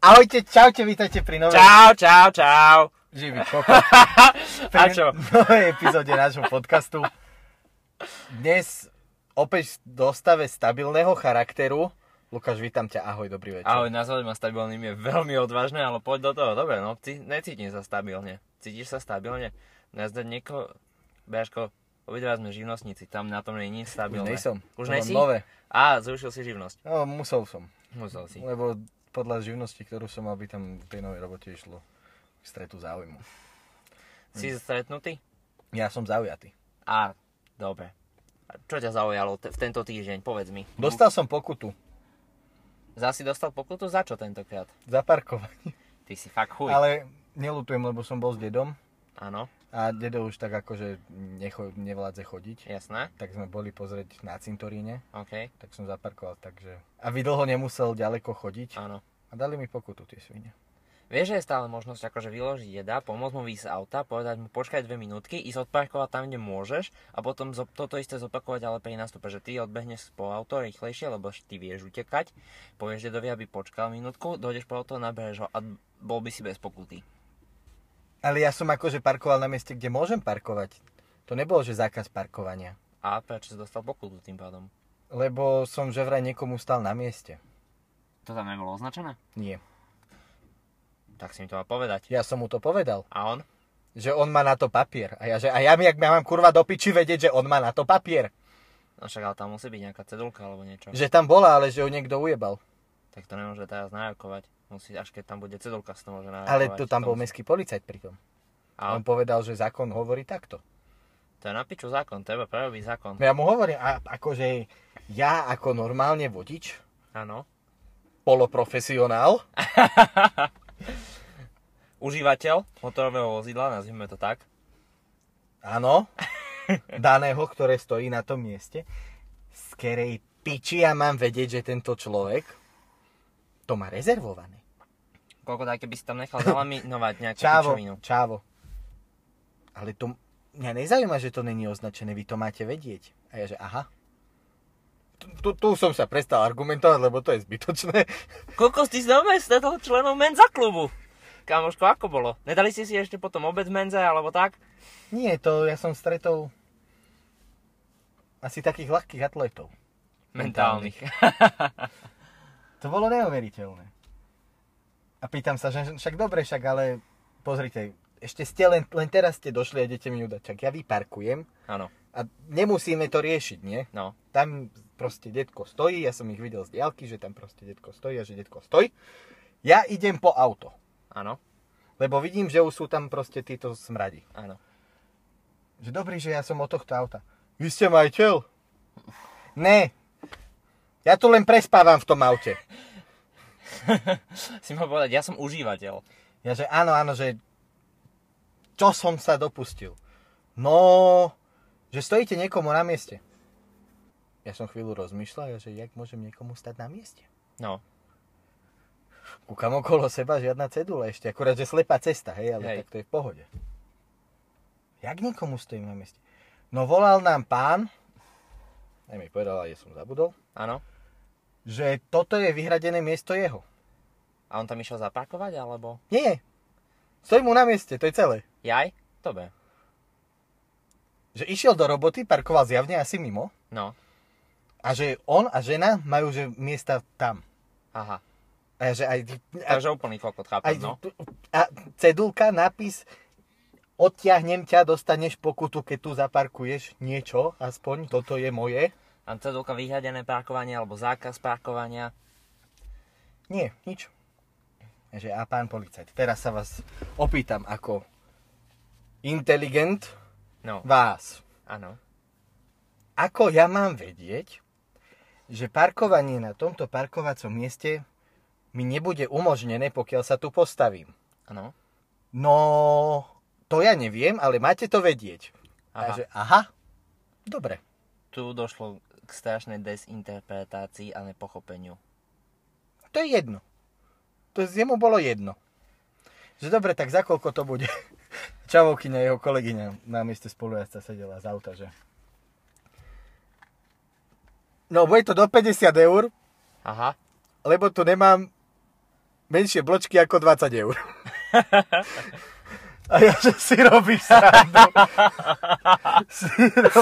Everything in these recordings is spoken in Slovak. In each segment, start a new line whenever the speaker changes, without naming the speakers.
Ahojte, čaute, vítajte pri novej...
Čau, čau, čau.
Živý kokot.
A čo?
novej epizóde nášho podcastu. Dnes opäť v dostave stabilného charakteru. Lukáš, vítam ťa, ahoj, dobrý večer.
Ahoj, nazvať ma stabilným je veľmi odvážne, ale poď do toho. Dobre, no cí, necítim sa stabilne. Cítiš sa stabilne? Nazdať niekoho... Bežko, obidva sme živnostníci, tam na tom nie je nič
Už
stabilné.
nejsom.
Už
to mám
nejsi?
Nové.
Á, zrušil si živnosť.
No, musel som,
Musel si.
lebo podľa živnosti, ktorú som mal, by tam v tej novej robote išlo k stretu záujmu.
Si stretnutý?
Ja som zaujatý.
Á, dobre. A Čo ťa zaujalo te- v tento týždeň, povedz mi.
Dostal som pokutu
Zasi dostal pokutu? Za čo tentokrát?
za parkovanie,
Ty si fakt chuj.
ale nelutujem, lebo som bol s dedom
Áno,
a dedo už tak akože necho- nevládze chodiť.
jasné.
tak sme boli pozrieť na cintoríne,
OK,
tak som zaparkoval, takže... A vy dlho nemusel ďaleko chodiť
áno.
a dali mi pokutu tie svine.
Vieš, že je stále možnosť akože vyložiť jeda, pomôcť mu výjsť z auta, povedať mu počkaj dve minútky, ísť odparkovať tam, kde môžeš a potom zo, toto isté zopakovať ale pri nástupe, že ty odbehneš po auto rýchlejšie, lebo ty vieš utekať, povieš dedovi, aby počkal minútku, dojdeš po auto, nabereš ho a bol by si bez pokuty.
Ale ja som akože parkoval na mieste, kde môžem parkovať. To nebolo, že zákaz parkovania.
A prečo si dostal pokutu tým pádom?
Lebo som že vraj niekomu stal na mieste.
To tam nebolo označené?
Nie.
Tak si mi to mal povedať.
Ja som mu to povedal,
A on?
že on má na to papier. A ja, že, a ja, mi- jak ja mám kurva do piči vedieť, že on má na to papier.
No však ale tam musí byť nejaká cedulka alebo niečo.
Že tam bola, ale že ho niekto ujebal.
Tak to nemôže teraz nárokovať. Musí, až keď tam bude cedulka, si to môže nárokovať.
Ale to tam bol
musí-
mestský policajt pritom. A
A
on povedal, že zákon hovorí takto.
To je na piču zákon, treba prerobiť zákon.
No ja mu hovorím, a akože ja ako normálne vodič,
Áno.
poloprofesionál,
Užívateľ motorového vozidla, nazvime to tak.
áno, daného, ktoré stojí na tom mieste, z ktorej piči ja mám vedieť, že tento človek to má rezervované.
Koľko tak, keby si tam nechal zalaminovať nejakú
Čávo,
pičovinu.
čávo. Ale to mňa nezaujíma, že to není označené, vy to máte vedieť. A ja že aha. Tu, tu som sa prestal argumentovať, lebo to je zbytočné.
Koľko ty znamená stretol členov menza klubu? Kamoško, ako bolo? Nedali ste si ešte potom obec menze alebo tak?
Nie, to ja som stretol asi takých ľahkých atletov.
Mentálnych.
To bolo neuveriteľné. A pýtam sa, že však dobre, však ale pozrite, ešte ste len, len teraz ste došli a idete mi udať. Čak ja vyparkujem
Áno,
a nemusíme to riešiť, nie?
no.
Tam proste detko stojí, ja som ich videl z diálky, že tam proste detko stojí a že detko stojí. Ja idem po auto,
Áno,
lebo vidím, že už sú tam proste títo smradi.
áno.
Že dobrý, že ja som od tohto auta. Vy ste majiteľ? Ne. Ja tu len prespávam v tom aute.
Si mal povedať, ja som užívateľ.
Ja že áno, áno, že čo som sa dopustil? No, že stojíte niekomu na mieste. Ja som chvíľu rozmýšľal, ja že jak môžem niekomu stať na mieste.
No,
Kúkam okolo seba, žiadna cedula ešte, akurát, že slepá cesta, hej, ale
Hej.
tak to je v pohode. Jak niekomu stojím na mieste? No volal nám pán, aj mi povedal, ale ja som zabudol,
áno.
že toto je vyhradené miesto jeho.
A on tam išiel zaparkovať alebo?
Nie, stojí mu na mieste, to je celé.
Jaj? Dobre.
Že išiel do roboty, parkoval zjavne asi mimo
No,
a že on a žena majú že miesta tam.
aha.
A ja, že aj, a,
Takže úplný kokot,
aj,
chápem, no.
a cedulka, nápis, odtiahnem ťa, dostaneš pokutu, keď tu zaparkuješ niečo, aspoň toto je moje.
A cedulka vyhradené parkovanie alebo zákaz parkovania.
Nie, nič. Ja, Že, a pán policajt, teraz sa vás opýtam ako inteligent
No,
vás.
áno.
ako ja mám vedieť, že parkovanie na tomto parkovacom mieste mi nebude umožnené, pokiaľ sa tu postavím.
Áno.
No, to ja neviem, ale máte to vedieť. Aha.
Aha.
Takže, aha, dobre.
Tu došlo k strašnej dezinterpretácii a nepochopeniu.
To je jedno. To z jemu bolo jedno. Že dobre, tak za koľko to bude? Čavokyňa, jeho kolegyňa na mieste spolujazca sedela z auta, že... No, bude to do 50 eur,
Aha,
lebo tu nemám menšie bločky ako 20 eur. A ja, že si robíš srandu. si ro...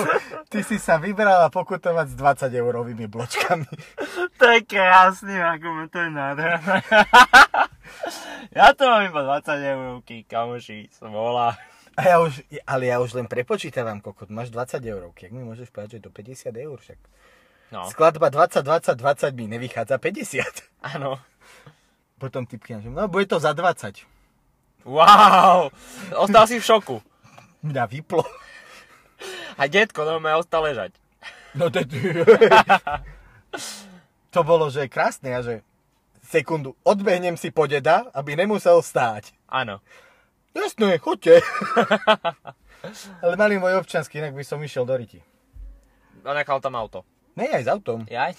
Ty si sa vybrala pokutovať s 20 eurovými bločkami.
To je krásny argument, to je nádherné. ja to mám iba 20 eurovky, kamoši, som volá.
A ja už, ale ja už len prepočítavam, kokot, máš 20 eurovky. Jak mi môžeš povedať, že do 50 eur však?
No,
Skladba 20, 20, 20 mi nevychádza 50.
áno.
Potom typky, že no bude to za 20.
Wow! Ostal si v šoku.
Mňa vyplo.
A detko normálne ostal ležať.
No to, to bolo, že krásne a že sekundu, odbehnem si po deda, aby nemusel stáť.
Áno.
Jasné, chodte. Ale mali môj občanský, inak by som išiel do Riti.
A nechal tam auto.
Ne, aj s autom.
Jaj?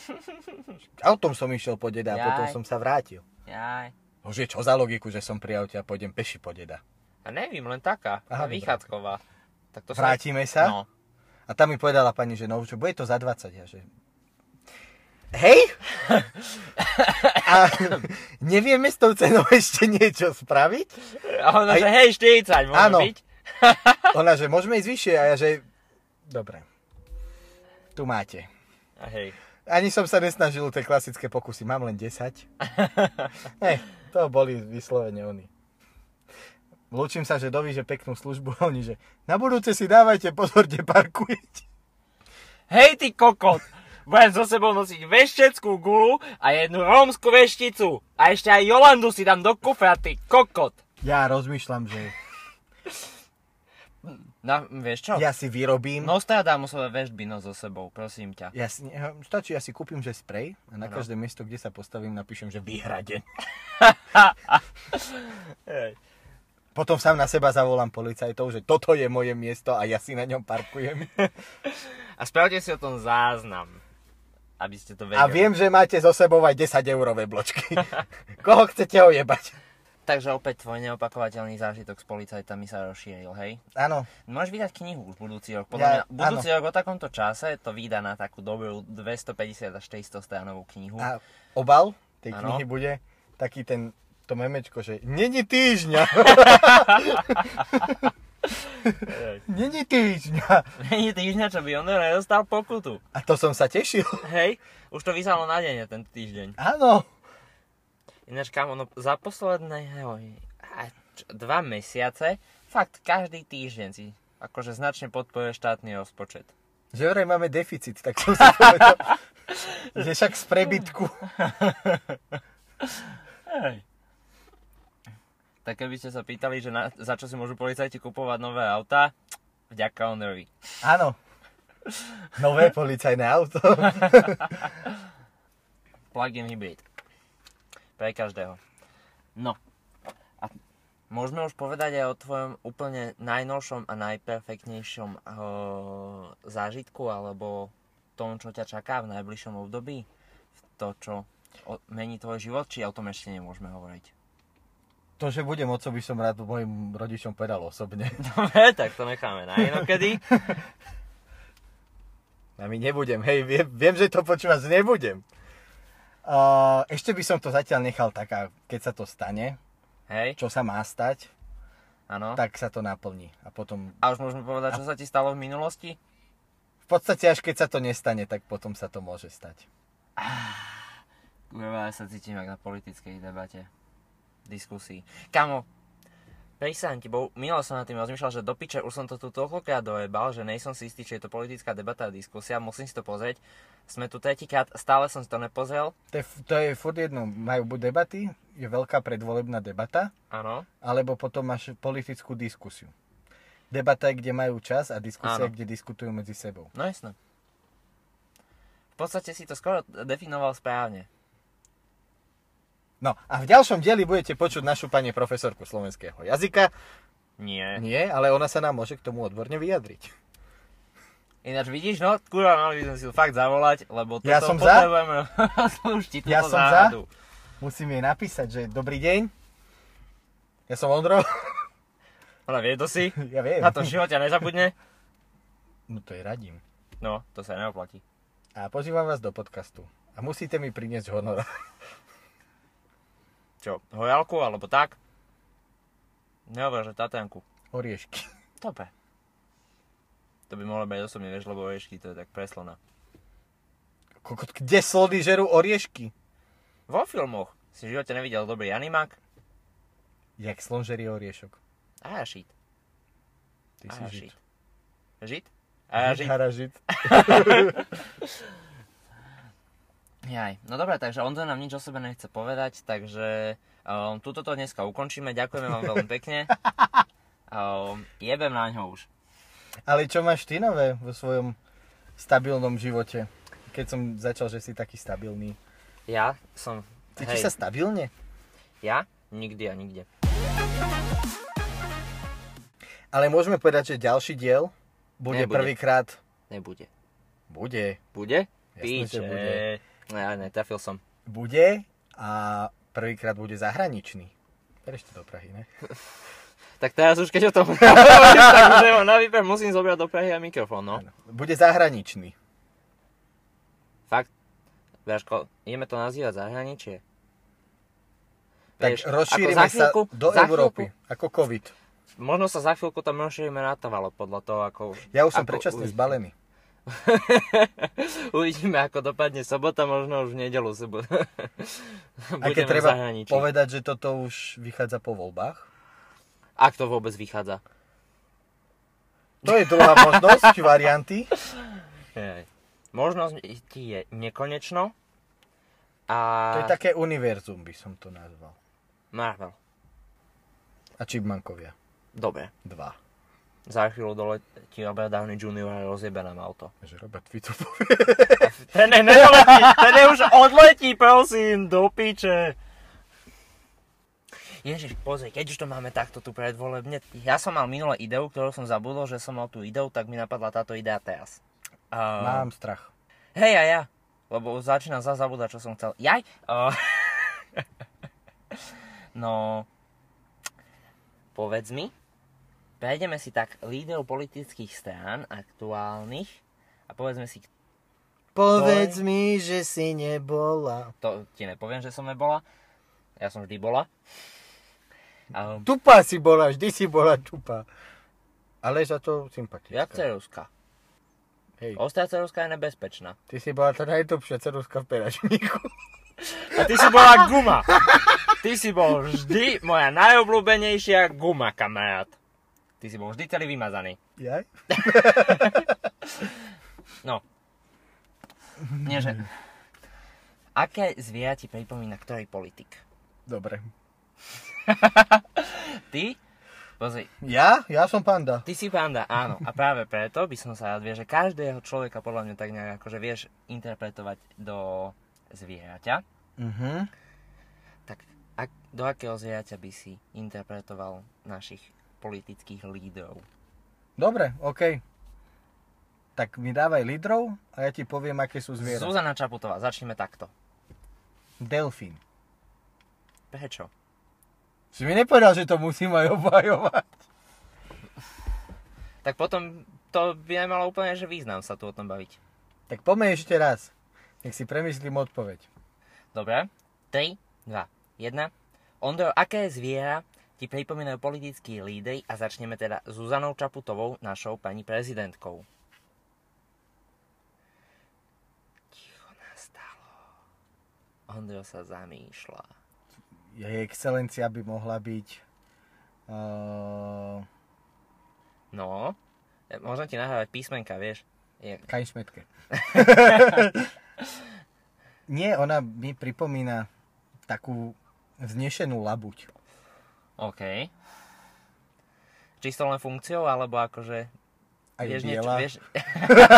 Autom som išiel po deda a
Jaj.
potom som sa vrátil.
Jaj.
Bože, čo za logiku, že som pri aute a pôjdem peši po deda.
A nevím, len taká.
Aha,
Aha,
dobrá.
výchádzková. Tak to
Vrátime sa?
No.
A tam mi povedala pani, že no, že bude to za 20. Ja, že... Hej! A nevieme s tou cenou ešte niečo spraviť?
A ona,
Aj-
že hej, 40 môže
Áno.
byť.
Ona, že môžeme ísť vyššie a ja, že... Dobre. Tu máte.
A hej.
Ani som sa nesnažil tie klasické pokusy. Mám len 10. Ne, to boli vyslovene oni. Lúčim sa, že doví, že peknú službu. a Oni, že na budúce si dávajte pozor, kde parkujete.
Hej, ty kokot! Budem so sebou nosiť vešteckú gulu a jednu rómsku vešticu. A ešte aj Jolandu si dám do kufra, ty kokot!
Ja rozmýšľam, že
Na, No, vieš čo?
ja si vyrobím.
Nostradamusové veštby nos so sebou, prosím ťa.
Ja si, ja- stačí, ja si kúpim, že sprej a na
Áno.
každé miesto, kde sa postavím, napíšem, že vyhrade.
Hej.
Potom sám na seba zavolám policajtov, že toto je moje miesto a ja si na ňom parkujem.
A spravte si o tom záznam, aby ste to vedeli.
A viem, že máte so sebou aj 10 eurové bločky. Koho chcete ojebať?
Takže opäť tvoj neopakovateľný zážitok s policajtami sa rozšíril, hej?
Áno,
Môžeš vydať knihu už budúci
Ja-
rok. Podľa mňa, budúci rok o takomto čase to vydá na takú dobrú 250 až 400 stranovú knihu.
a obal tej
Áno.
knihy bude taký ten, to memečko, že není týždňa, není týždňa.
Není týždňa, čo by on nedostal pokutu.
A to som sa tešil.
Hej, už to vyzalo na deň tento týždeň.
Áno,
Ináč kam ono za posledné oj, a č- dva mesiace, fakt každý týždeň si akože značne podporuje štátny rozpočet.
že vraj máme deficit, tak som si povedal, že však z prebytku.
Hej. Tak keby ste sa pýtali, že na, za čo si môžu policajti kupovať nové autá, vďaka Ondrovi.
Áno. Nové policajné auto.
Plug-in hybrid. Pre každého. No. A môžeme už povedať aj o tvojom úplne najnovšom a najperfektnejšom eh, zážitku alebo tom, čo ťa čaká v najbližšom období? V To, čo o, mení tvoj život, či o tom ešte nemôžeme hovoriť?
To, že budem otcom, by som rád mojim rodičom povedal osobne.
Dobre, tak to necháme na inokedy.
Ja my nebudem, hej, viem, viem že to počúvaš, nebudem. Uh, ešte by som to zatiaľ nechal tak, a keď sa to stane,
Hej,
čo sa má stať,
áno.
tak sa to naplní. A potom,
A už môžeme povedať, čo sa ti stalo v minulosti?
v podstate až keď sa to nestane, tak potom sa to môže stať.
Kurva, ja sa cítim jak na politickej debate. Diskusii. Kamo, Prisám ti, bo milo som nad tým rozmýšľal, že do piče už som to tu toľkokrát dojebal, že nejsom si istý, či je to politická debata a diskusia, musím si to pozrieť. Sme tu tretíkrát, stále som si to nepozrel.
To je, to je furt jedno, majú buď debaty, je veľká predvolebná debata,
Áno.
alebo potom máš politickú diskusiu. Debata je, kde majú čas a diskusia,
Áno.
je, kde diskutujú medzi sebou.
No jasné. V podstate si to skoro definoval správne.
No a v ďalšom dieli budete počuť našu pani profesorku slovenského jazyka.
Nie.
Nie, ale ona sa nám môže k tomu odborne vyjadriť.
Ináč vidíš, no kurva, mali by sme si ju fakt zavolať, lebo toto
Ja som za.
potrebujeme rozlúštiť
Ja
túto
som za.
záhadu.
Musím jej napísať, že dobrý deň. Ja som Ondro.
Ona vie, to si.
Ja viem.
Na to v živote nezabudne.
No to je radím.
No, to sa neoplatí.
A pozývam vás do podcastu. A musíte mi priniesť honor.
Čo, hojalku alebo tak? Nehovor, že tatanku.
Oriešky.
Tope. To by mohlo byť osobne, vieš, lebo vieš, to je tak preslona.
Kokot, kde slody žerú oriešky?
Vo filmoch si v živote nevidel dobrý animák?
Jak slon žerie oriešok.
A šit.
Ty
A
si žid.
šit. Žid? A žid.
Hara žid.
Jaj. No dobre, takže Ondro nám nič o sebe nechce povedať, takže um, tuto to dneska ukončíme. Ďakujeme vám veľmi pekne. Um, jebem na ňo už.
Ale čo máš ty nové vo svojom stabilnom živote? Keď som začal, že si taký stabilný.
Ja som...
Cítiš sa stabilne?
Ja? Nikdy a nikde.
Ale môžeme povedať, že ďalší diel bude
Nebude.
prvýkrát...
Nebude.
Bude.
Bude?
Jasné, že bude.
No ja netrafil som.
Bude a prvýkrát bude zahraničný. Bereš to do Prahy, ne?
Tak teraz už keď o tom hovorím, tak už nemám na výber, musím zobrať do Prahy aj mikrofón, no.
Áno. Bude zahraničný.
Fakt, Braško, ideme to nazývať zahraničie.
Tak
Vieš,
rozšírime
ako za chvíľku,
sa do
za
Európy.
Chvíľku,
Ako COVID.
možno sa za chvíľku tam rozšírime na Tavalo, podľa toho, ako...
Ja už som
ako
predčasne
uvidíme.
zbalený.
Uvidíme, ako dopadne sobota, možno už v nedelu si bu-
Aj
budeme
keď
v
treba
zahraničí.
povedať, že toto už vychádza po voľbách.
Ak to vôbec vychádza.
To je druhá možnosť, varianty.
Hej. Možnosť je nekonečno. A...
To je také univerzum, by som to nazval.
Marvel.
A Čipmankovia.
Dobre.
Dva.
Za chvíľu doletí Robert Downey Jr. a rozjebe nám auto.
Že Robert Fico povie.
Ten ne, nedoletí, ten ne už odletí, prosím, do piče. Ježiš, pozri, keď už to máme takto tu predvolebne. Ja som mal minule ideu, ktorú som zabudol, že som mal tú ideu, tak mi napadla táto idea teraz. Uh,
Mám strach.
hej, a ja. Lebo už začínam za zabúdať, čo som chcel. Jaj! Uh, no, povedz mi, prejdeme si tak líderov politických strán aktuálnych a povedzme si, Povedz
mi, že si nebola.
To ti nepoviem, že som nebola. Ja som vždy bola. Um,
Tupa si bola, vždy si bola tupa. Ale za to sympatická.
viac ceruzka.
Hej,
Ostrá ceruzka je nebezpečná.
ty si bola tá najtupšia ceruska v peračníku.
A ty si bola guma. Ty si bol vždy moja najobľúbenejšia guma, kamarát. Ty si bol vždy celý vymazaný.
Jaj?
Nie, že... Aké zviera ti pripomína ktorý politik?
Dobre.
Ty? Pozri,
Ja? Ja som panda.
Ty si panda, áno. A práve preto by som sa rád vie, že každého človeka podľa mňa tak nejak akože vieš interpretovať do zvieraťa.
Mhm.
Tak ak, do akého zvieraťa by si interpretoval našich politických lídrov?
Dobre, OK. Tak mi dávaj lídrov a ja ti poviem, aké sú zviera.
Zuzana Čaputová, začneme takto.
Delfín.
Prečo?
Si mi nepovedal, že to musím aj obhajovať.
Tak potom to by nemalo úplne, že význam sa tu o tom baviť.
Tak poďme ešte raz. Nech si premyslím odpoveď.
Dobre, 3, 2, 1. Ondro, aké zviera ti pripomínajú politickí lídry a začneme teda Zuzanou Čaputovou, našou pani prezidentkou. Ticho nastalo. Ondro sa zamýšľa.
Jej excelencia by mohla byť... Uh,
No, e, môžem ti nahrávať písmenka, vieš. Je,
Kajšmetke. Nie, ona mi pripomína takú vznešenú labuť.
OK. Čisto len funkciou, alebo akože
Aj
vieš
biela.
vieš...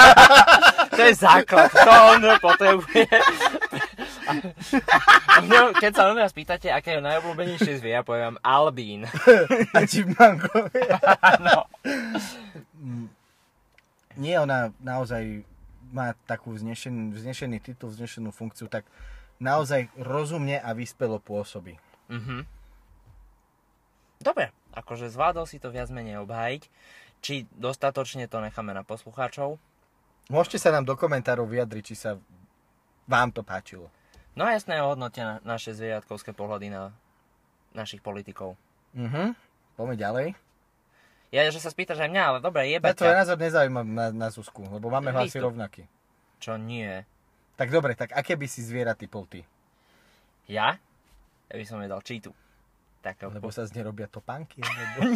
to je základ, to on potrebuje. No, keď sa mňa spýtate, aké je najobľúbenejšie zvia, poviem Albín.
A čipmankovia.
Áno.
Nie, ona naozaj má takú vznešený, vznešený titul, vznešenú funkciu, tak naozaj rozumne a vyspelo pôsobí.
Mhm. Dobre, akože zvládol si to viac menej obhájiť. Či dostatočne to necháme na poslucháčov.
Môžete sa nám do komentárov vyjadriť, či sa vám to páčilo.
No a jasné, ohodnote na, naše zvieratkovské pohľady na našich politikov.
Mhm. Poďme ďalej.
Ja, že sa spýtaš aj mňa, ale dobre,
Ja
jebe
tvoj
ťa.
názor nezaujíma na, na Zuzku, lebo máme hlasy
Listo.
rovnaké.
Čo nie?
Tak dobre, tak aké by si zviera typol ty?
Ja? Ja by som jedal čítu. Tak,
Lebo
lebo...
sa z nej robia topánky, alebo...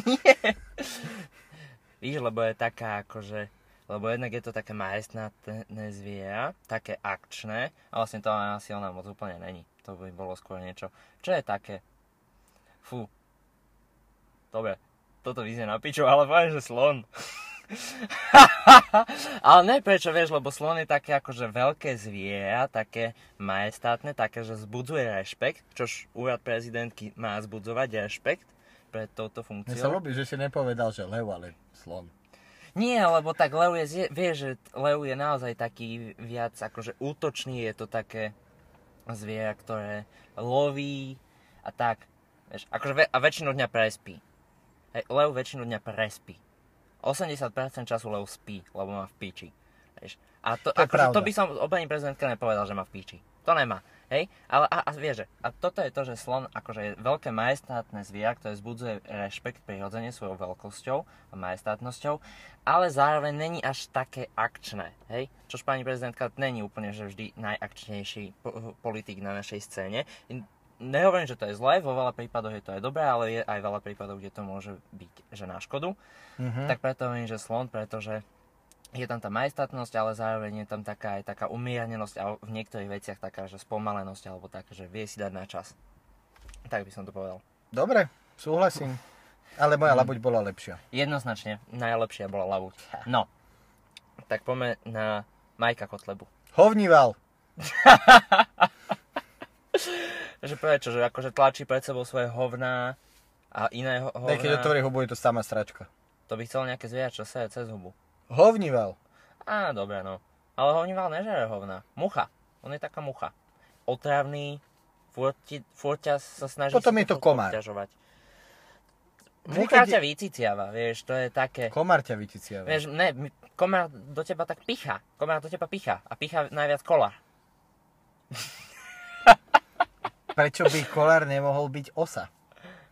víš, lebo je taká akože... Lebo jednak je to také majestátne zviera, také akčné, a vlastne to ona silná moc úplne není. To by bolo skôr niečo. Čo je také? Fú. Dobre, toto vyzne na piču, ale poviem, že slon. ale ne prečo, vieš, lebo slon je také akože veľké zviera, také majestátne, také, že zbudzuje rešpekt, čož úrad prezidentky má zbudzovať rešpekt pred touto
Mne sa
funkciou.
ľúbi, že si nepovedal, že lev, ale slon.
Nie, lebo tak Leu je, zje- vieš, že Leu je naozaj taký viac akože útočný, je to také zviera, ktoré loví a tak. Vieš, akože ve- a väčšinu dňa prespí. Hej, Leu väčšinu dňa prespí. 80% času Leu spí, lebo má v piči. Vieš. A to,
To je
akože, to
pravda.
by som o pani prezidentka nepovedal, že má v piči. To nemá. Hej? Ale a, a vieš, že- a toto je to, že slon akože je veľké majestátne zviera, ktoré vzbudzuje rešpekt prirodzene svojou veľkosťou a majestátnosťou, ale zároveň není až také akčné. Hej? Čož pani prezidentka není úplne, že vždy najakčnejší po- eh, politik na našej scéne. Nehovorím, že to je zlé, vo veľa prípadoch je to aj dobré, ale je aj veľa prípadov, kde to môže byť že na škodu.
Mhm.
Tak preto hovorím, že slon, pretože je tam tá majestátnosť, ale zároveň je tam taká aj taká umiernenosť a v niektorých veciach taká, že spomalenosť alebo tak, že vie si dať na čas. Tak by som to povedal.
Dobre, súhlasím. Ale
Mhm.
moja labuť bola lepšia.
Jednoznačne najlepšia bola labuť. No, tak poďme na Majka Kotlebu.
Hovníval.
Že prečo, že akože tlačí pred sebou svoje hovná a iné ho-
Aj keď
hovná.
otvorí hubu, je to sama sračka.
To by chcelo nejaké zviera, čo sa cez hubu.
Hovníval.
Á, dobre, no. Ale hovníval nežere hovna. Mucha. On je taká mucha. Otravný, furti, furťa sa snaží...
Potom
sa
je to
furt
komár.
obťažovať. Mucha
Niekedy-
ťa vyciciava, vieš, to je také...
Komár ťa vyciciava.
Vieš, ne, m- komár do teba tak picha. Komár do teba picha. A picha najviac kola.
Prečo by kolár nemohol byť osa?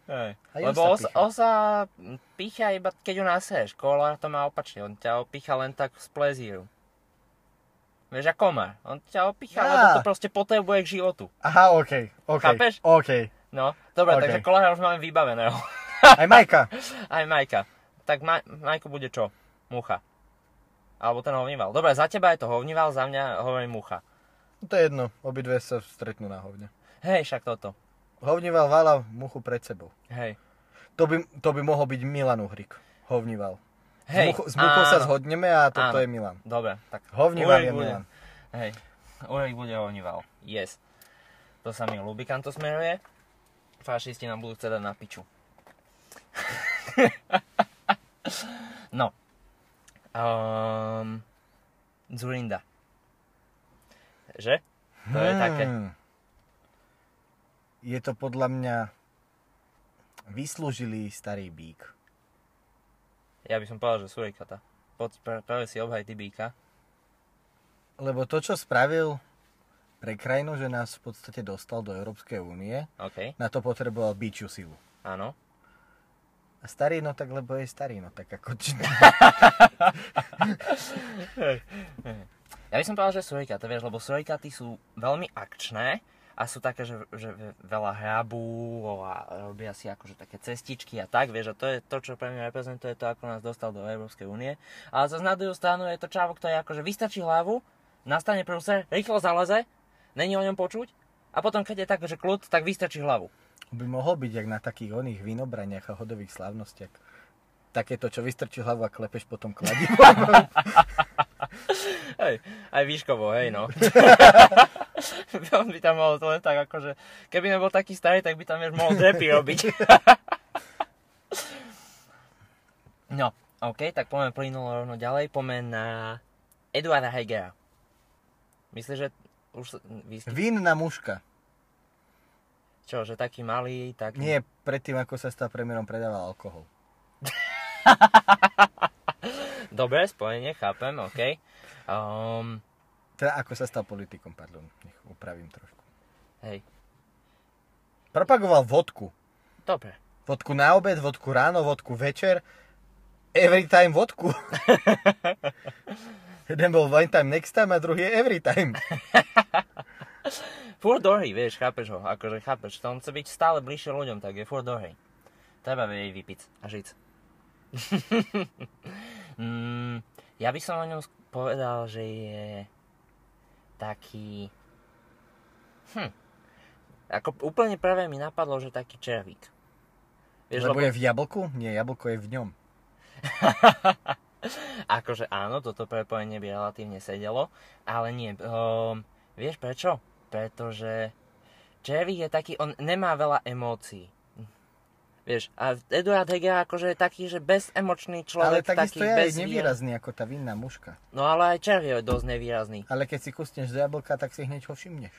Hej.
Aj
Lebo
osa
osa,
picha.
osa picha iba keď ju naseješ. Kolár to má opačne. On ťa opícha len tak z plezíru. Vieš, a komár. On ťa opícha,
Á.
lebo to proste potrebuje k životu.
Aha, OK, OK,
Chápeš?
OK.
No,
OK.
dobre, takže kolára už máme vybaveného.
Aj Majka.
Aj Majka. Tak Ma- Majku bude čo? Mucha. Alebo ten hovnival. Dobre, za teba je to hovnival, za mňa hovorím mucha.
To je jedno, obidve sa stretnú na hovne.
Hej, však toto.
Hovníval vála muchu pred sebou.
Hej.
To by, to by mohol byť Milan Uhrik. Hovníval.
Hej.
s, mucho, s muchou sa
áno.
zhodneme a toto
Áno.
je Milan.
Dobre, tak
Hovníval
Uhrik
je
bude.
Milan.
Hej, Uhrik bude hovnival. Yes. To sa mi ľúbi, kam to smeruje. Fašisti nám budú chcieť dať na piču. no. Um, Zurinda. Že? To je také.
Hmm. Je to podľa mňa vyslúžilý starý bík.
Ja by som povedal, že surikata. Poď pr- práve si obhaj ty býka.
Lebo to, čo spravil pre krajinu, že nás v podstate dostal do Európskej únie,
OK,
na to potreboval bíčiu silu.
áno.
A starý, no tak lebo je starý, no tak ako... či-
Ja by som povedal, že surikata, vieš, lebo surikaty sú veľmi akčné a sú také, že, že veľa hrabú a robia si akože také cestičky a tak, vieš, a to je to, čo pre mňa reprezentuje to, ako nás dostal do Európskej únie. Ale zase na druhú stranu je to čavo, ktorý akože vystačí hlavu, nastane prúser, rýchlo zaleze, není o ňom počuť a potom, keď je tak, že kľud, tak vystačí hlavu.
by mohol byť jak na takých oných vinobraniach a hodových slávnostiach. Takéto, čo vystrčí hlavu a klepeš potom kladivo.
Hej, aj výškovo, hej no. On by tam mohol to len tak akože, keby nebol taký starý, tak by tam vieš mohol drepy robiť. no, OK, tak poďme plynulo rovno ďalej, poďme na Eduarda Hegera. Myslíš, že už sa- vy ste,
Vín na muška.
čo, že taký malý, taký...
Nie predtým, ako sa stal premiérom, predával alkohol.
Dobre, spojenie, chápem, OK. Um,
Teda ako sa stal politikom, pardon. Nech upravím trošku.
hej,
Propagoval vodku.
Dobre.
Vodku na obed, vodku ráno, vodku večer. Every time vodku. Jeden bol one time next time a druhý je every time.
Fúr dohry, vieš, chápeš ho, akože chápeš, to on chce byť stále bližšie ľuďom, tak je fúr dohry. Treba vedieť vypiť a žiť. mm, ja by som o ňom sk- povedal, že je taký... Hm. Ako úplne prvé mi napadlo, že taký červík. Vieš,
Lebo je v jablku? Nie, jablko je v ňom.
Akože áno, toto prepojenie by relatívne sedelo, ale nie. Um, vieš prečo? Pretože Červík je taký, on nemá veľa emócií. Vieš, a Eduard Heger akože je taký, že
Ale
bezemočný človek,
takisto
taký
je
bez
aj nevýrazný ako tá vinná muška.
No ale aj Červík je dosť nevýrazný.
Ale keď si kusneš do jablka, tak si hneď ho všimneš.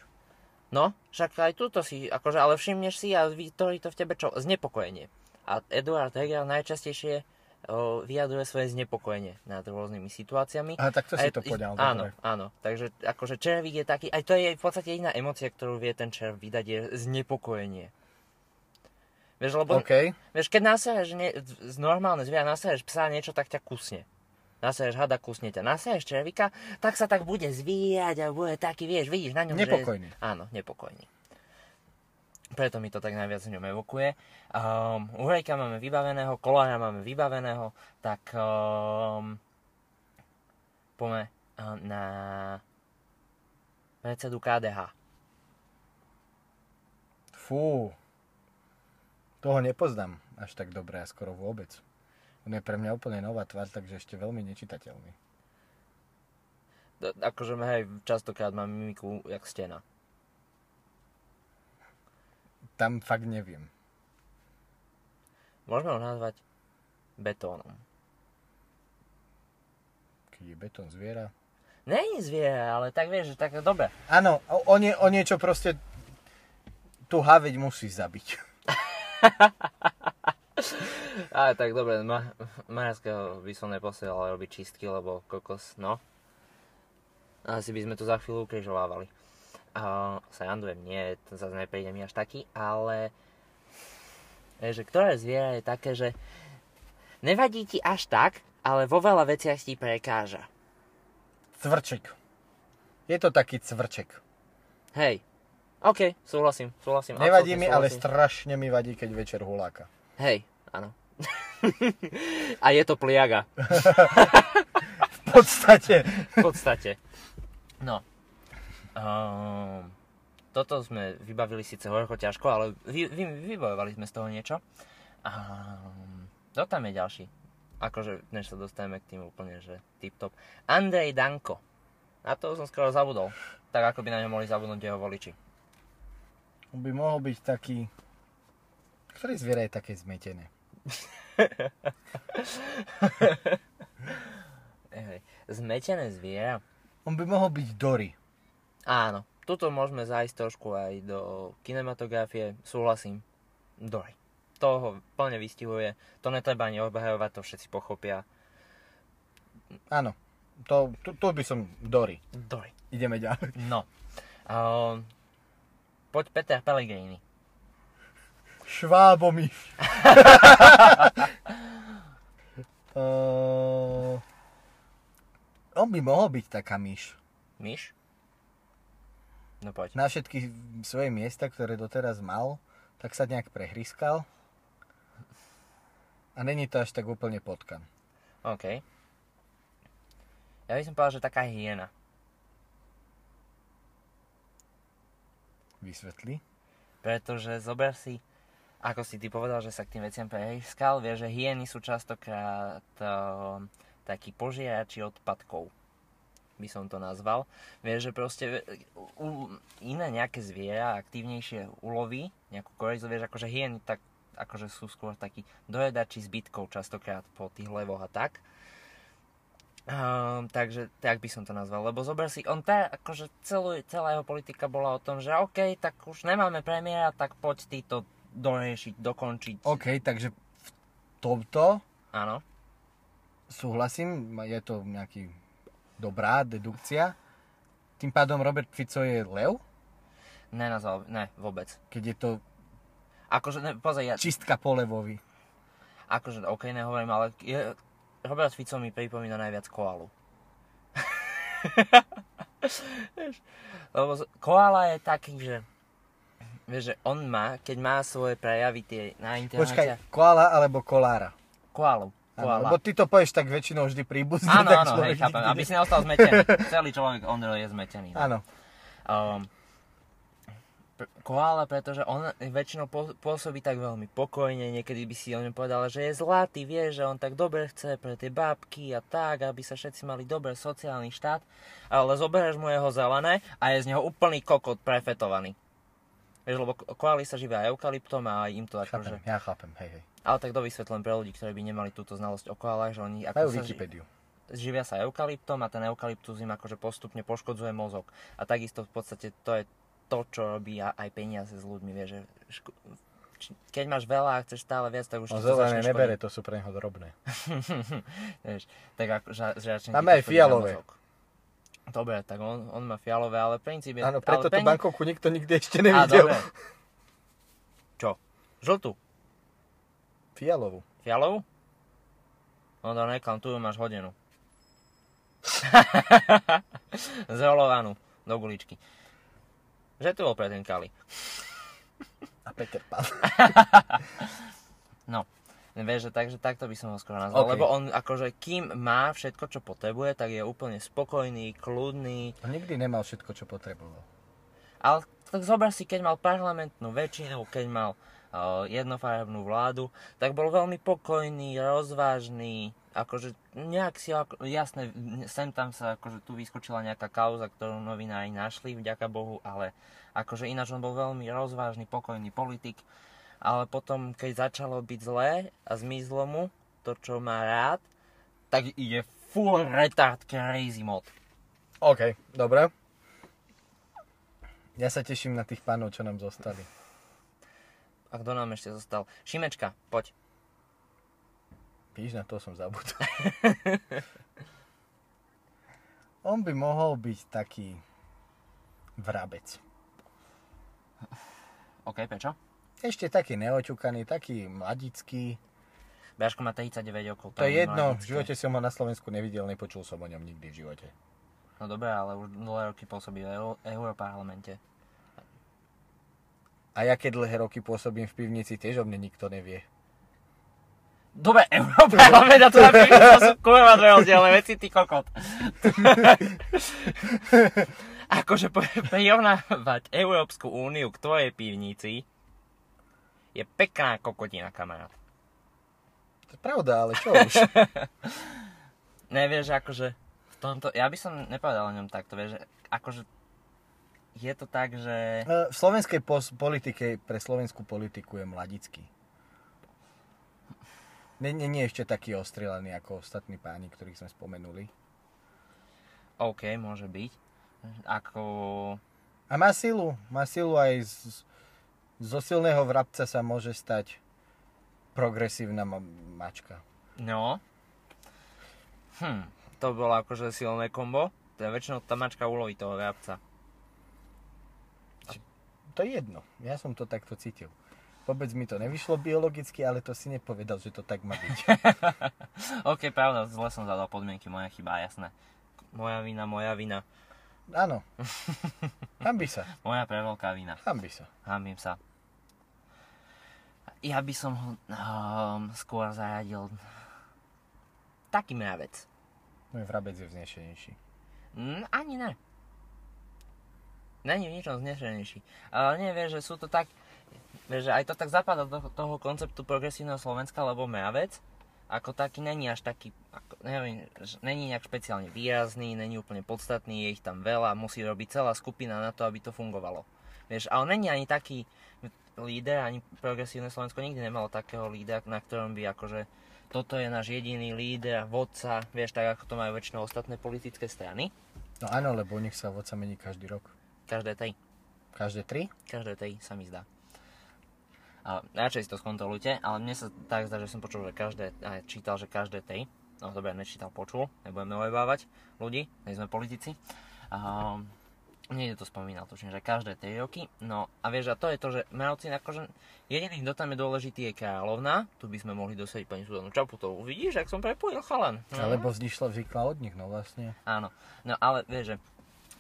No, však aj túto si, akože, ale všimneš si a vytvorí to v tebe čo? Znepokojenie. A Eduard Heger najčastejšie o, vyjadruje svoje znepokojenie nad rôznymi situáciami.
A takto si
Aj-
to poňal.
Áno,
dobre.
áno. Takže akože červík je taký, aj to je v podstate jediná emocia, ktorú vie ten červ vydať, je znepokojenie. Vieš, lebo,
OK.
vieš keď nasereš ne, z- normálne zvieľa, nasereš psa niečo, tak ťa kusne. Nasereš hada, kusne ťa. Nasereš červika, tak sa tak bude zvíjať a bude taký, vieš, vidíš na ňom,
Nepokojný.
Že je, áno, nepokojný. Preto mi to tak najviac v ňom evokuje. Um, Urejka máme vybaveného, kolára máme vybaveného, tak um, poďme uh, na predsedu KDH.
Fú. Toho nepoznám až tak dobre a skoro vôbec. On je pre mňa úplne nová tvár, takže ešte veľmi nečitateľný.
D- Akože hej, častokrát mám mimiku jak stena.
Tam fakt neviem.
Môžeme ho nazvať betónom.
Keď je betón zviera.
Není zviera, ale tak vieš, že tak dobre.
Áno, o- on je o niečo proste... Tu haveď musí zabiť.
Ale tak dobre, ma, Majerského by som neposielal robiť čistky, lebo kokos, no. Asi by sme to za chvíľu ukrižovávali. A sajandujem, nie, to zase nepríde mi až taký, ale... e, Že ktoré zviera je také, že nevadí ti až tak, ale vo veľa veciach ti prekáža.
Cvrček. Je to taký cvrček.
Hej, OK, súhlasím, súhlasím.
Nevadí
absolútne
mi, ale
No, súhlasím.
strašne mi vadí, keď večer huláka.
Hej, áno. A je to pliaga,
V podstate.
v podstate. No. Um, toto sme vybavili síce horko ťažko, ale vy, vy, vybojovali sme z toho niečo. Um, kto tam je ďalší? Akože, než sa dostaneme k tým úplne, že tip-top. Andrej Danko. Na to som skoro zabudol. Tak ako by na ňo mohli zabudnúť jeho voliči.
On by mohol byť taký... Ktoré zviera je také zmetené?
Hej. Zmetené zviera.
On by mohol byť Dory.
Áno, tuto môžeme zájsť trošku aj do kinematografie, súhlasím. Dory. To ho plne vystihuje, to netreba ani obhajovať, to všetci pochopia.
Áno. To, tu, tu by som Dory.
Dory.
Ideme ďalej.
No. Um, poď Peter Pellegrini.
Švábomi. uh, on by mohol byť taká myš.
Myš? No poď.
Na všetky svoje miesta, ktoré doteraz mal, tak sa nejak prehryskal. A není to až tak úplne potkan.
OK. Ja by som povedal, že taká hyena.
Vysvetli.
Pretože zober si, ako si ty povedal, že sa k tým veciam prehryskal, vieš, že hyeny sú častokrát um, takí požierači odpadkov by som to nazval. Vieš, že proste e, u, u, iné nejaké zviera, aktívnejšie uloví, nejakú korejzu, vieš, akože hyeny tak, akože sú skôr takí dojedači zbytkov častokrát po tých levoch a tak. Um, takže tak by som to nazval, lebo zober si, on tá, akože celú, celá jeho politika bola o tom, že OK, tak už nemáme premiéra, tak poď ty to doriešiť, dokončiť.
OK, takže v tomto
Áno.
súhlasím, je to nejaký dobrá dedukcia. Tým pádom Robert Fico je lev,
Nenazval, ne, vôbec.
keď je to
Akože, ne, pozri, ja,
Čistka po levovi.
akože, OK, nehovorím, ale je, Robert Fico mi pripomína najviac koalu. Vieš, Lebo z- koala je taký, že... Vieš, že on má, keď má svoje prejavy tie na internete...
Počkaj, koala alebo kolára.
Koalu.
Áno,
Koala.
lebo ty to povieš tak väčšinou vždy príbuzný.
Áno,
tak
áno, hej,
človek
chápem.
nikdy
Aby si
ne-
neostal zmetený. Celý človek on je zmetený.
Áno,
Um, pr- koala, pretože on väčšinou pô- pôsobí tak veľmi pokojne, niekedy by si o ňom povedala, že je zlatý, vie, že on tak dobre chce pre tie bábky a tak, aby sa všetci mali dobre sociálny štát, ale zoberieš mu jeho zelené a je z neho úplný kokot prefetovaný. Vieš, lebo ko- koaly sa živia eukalyptom a im to
chápem,
akože...
ja chápem, hej, hej.
Ale tak dovysvetlím pre ľudí, ktorí by nemali túto znalosť o koalách, že oni... Ako
Majú
sa ži-
Wikipédiu.
živia sa eukalyptom a ten eukalyptus im akože postupne poškodzuje mozog. A takisto v podstate to je to, čo robí a- aj peniaze s ľuďmi, vieš, že ško- či- keď máš veľa a chceš stále viac, tak už
On
ti to začne
No, zelené nebere,
škodiť.
to sú pre neho drobné.
Vieš, tak ako, že, že začne ti
Máme
to
aj
škodiť na
fialové.
mozog. Dobre, tak on, on má fialové, ale princíp je...
Áno, preto
ale
tu
peni-
bankovku nikto nikdy ešte
Á,
nevidel.
dobre. Čo? Žltú?
Fialovú.
Fialovú? No to nekam, tu ju máš hodenú. Zrolovanú do guličky. Že tu bol predtým Kali.
A Peter Pan.
Vieš, že takže takto by som ho skoro nazval,
OK.
lebo on akože kým má všetko, čo potrebuje, tak je úplne spokojný, kľudný,
On nikdy nemal všetko, čo potreboval.
ale tak zober si, keď mal parlamentnú väčšinu, keď mal eh, jednofarebnú vládu, tak bol veľmi pokojný, rozvážny, akože nejak si, ako, jasné, sem tam sa akože tu vyskočila nejaká kauza, ktorú novinári našli, vďaka Bohu, ale akože ináč on bol veľmi rozvážny, pokojný politik, ale potom, keď začalo byť zlé a zmizlo mu to, čo má rád, tak ide full retard crazy mod.
OK, dobre. Ja sa teším na tých pánov, čo nám zostali.
A kto nám ešte zostal? Šimečka, poď.
Víš, na to som zabudol. On by mohol byť taký vrabec.
OK, prečo?
Ešte taký neoťukaný, taký mladický.
Bráško má 39 okol.
To je jedno, v
mladické.
živote som ho na Slovensku nevidel, nepočul som o ňom nikdy v živote.
No dobre, ale už dlhé roky pôsobí v Euró- Európarlamente.
A ja keď dlhé roky pôsobím v pivnici, tiež o mne nikto nevie.
Dobre, Európarlament a to na pivnicu, to sú kurva dve rozdielne veci, ty kokot. akože po- prirovnávať Európsku úniu k tvojej pivnici je pekná kokotina, kamarát.
To je pravda, ale čo E, už.
Nevieš, akože v tomto, ja by som nepovedal o ňom takto, vieš, že akože je to tak, že...
E, V slovenskej pos- politike, pre slovenskú politiku je mladický. Nie, nie, nie ešte taký ostrelaný ako ostatní páni, ktorých sme spomenuli.
OK, môže byť. Ako...
A má silu, má silu aj z, zo silného vrabca sa môže stať progresívna ma- mačka.
No. Hm, to bolo akože silné kombo. To je väčšinou tá mačka uloví toho vrabca.
To je jedno, ja som to takto cítil. Vôbec mi to nevyšlo biologicky, ale to si nepovedal, že to tak má byť.
OK, pravda, zle som zadal podmienky, moja chyba, jasné. Moja vina, moja vina,
Áno. Hambi sa,
moja preveľká vina.
hambi sa.
Hámim sa. Ja by som ho um, skôr zaradil... Taký mravec.
Môj vrabec je vznešenejší.
Mm, ani ne. Není v ničom znešenejší. Ale nie, vieš, že sú to tak... Vieš, že aj to tak zapadá do toho konceptu progresívneho Slovenska, lebo mravec ako taký není až taký, ako, neviem, že není nejak špeciálne výrazný, není úplne podstatný, je ich tam veľa, musí robiť celá skupina na to, aby to fungovalo. Vieš, ale není ani taký líder, ani progresívne Slovensko nikdy nemalo takého lídra, na ktorom by akože toto je náš jediný líder, vodca, vieš, tak ako to majú väčšinou ostatné politické strany.
No áno, lebo nech sa vodca mení každý rok.
Každé tej,
Každé tri?
každé tej sa mi zdá. Ale radšej si to skontrolujte, ale mne sa tak zdá, že som počul, že každé, aj čítal, že každé tej, no dobre, nečítal, počul, nebudeme ojebávať ľudí, nie sme politici. Um, niekde to spomínal, tuším, že každé 3 roky. No a vieš, a to je to, že Merovcin akože jediný, kto tam je dôležitý je kráľovna. Tu by sme mohli dosadiť pani Suzanu Čaputovú. Vidíš, ak som prepojil chalan. Mhm.
Alebo vznikla, vznikla od nich, no vlastne.
Áno, no ale vieš, že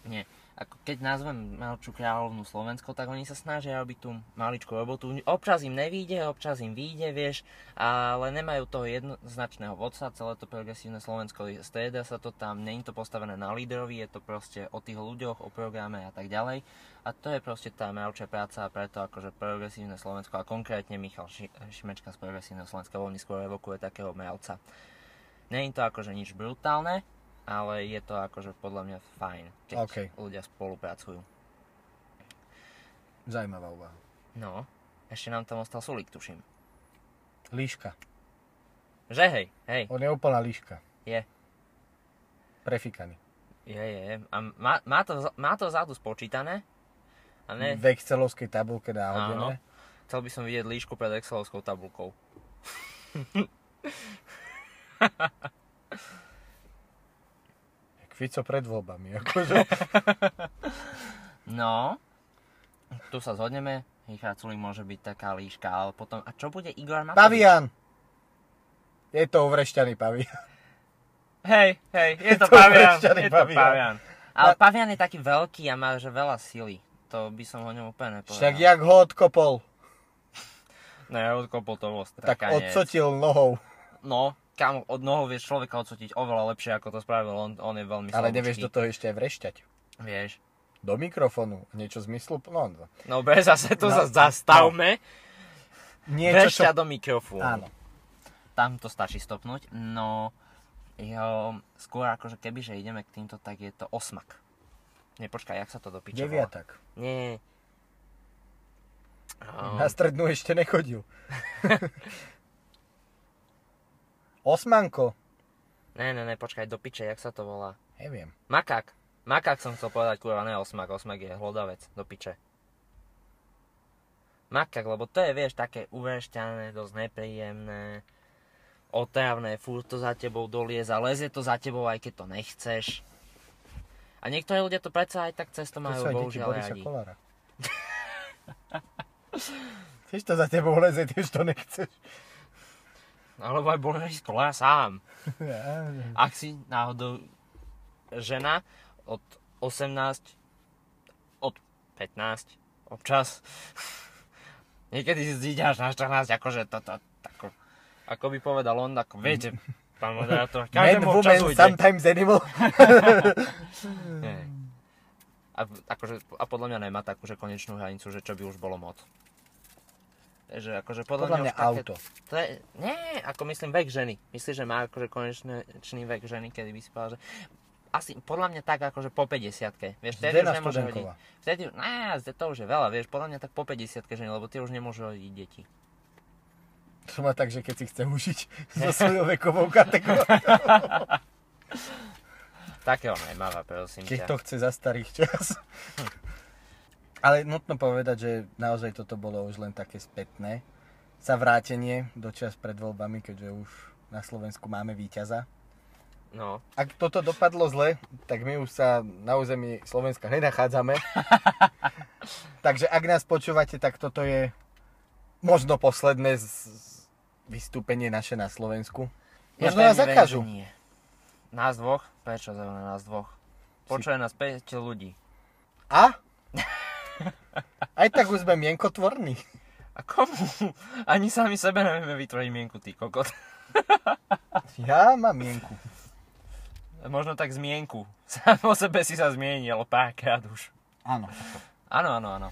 nie. Ako keď nazvem Malču kráľovnú Slovensko, tak oni sa snažia robiť tú maličkú robotu. Občas im nevíde, občas im vyjde, vieš, ale nemajú toho jednoznačného vodca, celé to progresívne Slovensko strieda sa to tam, není to postavené na lídrovi, je to proste o tých ľuďoch, o programe a tak ďalej. A to je proste tá Malčia práca a preto akože progresívne Slovensko a konkrétne Michal Ši- Šimečka z progresívneho Slovenska veľmi skôr evokuje takého Malca. Není to akože nič brutálne, ale je to akože podľa mňa fajn, keď
OK.
ľudia spolupracujú.
Zajímavá úvaha.
No, ešte nám tam ostal Sulík, tuším.
Líška.
Že hej, hej,
On je úplná líška.
je,
Prefikaný.
je, je, je. A má, má, to, vz- má to vzadu spočítané? A ne,
V excelovskej tabulke náhodené.
chcel by som vidieť líšku pred Excelovskou tabulkou.
Jak Fico pred voľbami. Akože.
No, tu sa zhodneme, Richard Sulík môže byť taká líška, ale potom, a čo bude Igor Matovič?
Pavian! Je to uvrešťaný pavian.
Hej, hej, je
to
to pavian,
uvrešťaný
je to
pavian.
pavian. Ale pavian je taký veľký a má že veľa sily. To by som o ňom úplne nepovedal.
Však jak ho odkopol,
No ja odkopol to bol
tak
strakanec.
odsotil nohou.
No, kam od nohou vieš človeka odsotiť oveľa lepšie, ako to spravil. On, on je veľmi
Ale
slabúčký.
nevieš do toho ešte aj vrešťať.
Vieš.
Do mikrofónu. Niečo zmyslu. No, no.
No bez zase to
No,
sa zastavme.
niečo, čo...
Vrešťa do mikrofónu.
Áno.
Tam to stačí stopnúť. No, jo, skôr akože keby, že ideme k týmto, tak je to osmak. Nepočkaj, jak sa to dopíče?
Deviatak.
Nie. Um,
Na strednú ešte nechodil. Osmanko.
Ne, ne, ne, počkaj, do piče, jak sa to volá?
Neviem.
Makak. Makak som chcel povedať, kurva, ne osmak, osmak je hlodavec, do piče. Makak, lebo to je, vieš, také uveršťané, dosť nepríjemné, otávne, furt to za tebou dolieza, lezie to za tebou, aj keď to nechceš. A niektorí ľudia to predsa aj tak cesto
To sú aj
majú,
deti
No, bohužiaľ,
Borisa
radi.
Kolára. Tiež to za tebou leze, tiež to nechceš.
Alebo aj Boris Kolár sám. Ak si náhodou žena od 18, od 15, občas, niekedy si zíďaš na 14, akože toto, tako, ako by povedal on, ako viete, pán moderátor,
Men,
každému
woman,
občas ujde.
sometimes animal.
Nie. A, v- akože, a podľa mňa nemá takú že konečnú hranicu, že čo by už bolo moc. Takže akože podľa,
Podľa mňa
už také-
auto.
to je, nie, ako myslím vek ženy. Myslíš, že má akože konečný vek ženy, kedy by si povedal, že... Asi podľa mňa tak akože po 50 Vieš, vtedy už
Zdena
nemôže
Studenková.
hodiť. Vtedy, ne, zde to už je veľa, vieš, podľa mňa tak po 50 ženy, lebo tie už nemôžu hodiť deti.
To má tak, že keď si chce užiť so svojou vekovou kategóriou.
Takého nemáva, prosím
Keď
ťa.
to chce za starých čas. Ale nutno povedať, že naozaj toto bolo už len také spätné sa vrátenie do čas pred voľbami, keďže už na Slovensku máme víťaza.
No,
Ak toto dopadlo zle, tak my už sa na území Slovenska nenachádzame. Takže ak nás počúvate, tak toto je možno posledné z- z- vystúpenie naše na Slovensku. Možno
pevne
nás
verím,
zakážu.
že nie. Nás dvoch? Prečo zrovna nás dvoch? Počuje nás 5 ľudí.
A? Aj tak už sme mienkotvorní.
A komu? Ani sami sebe nevieme vytvoriť mienku, ty kokot.
Ja mám mienku.
Možno tak zmienku. Sám o sebe si sa zmienil párkrát už.
Áno.
Áno, áno, áno.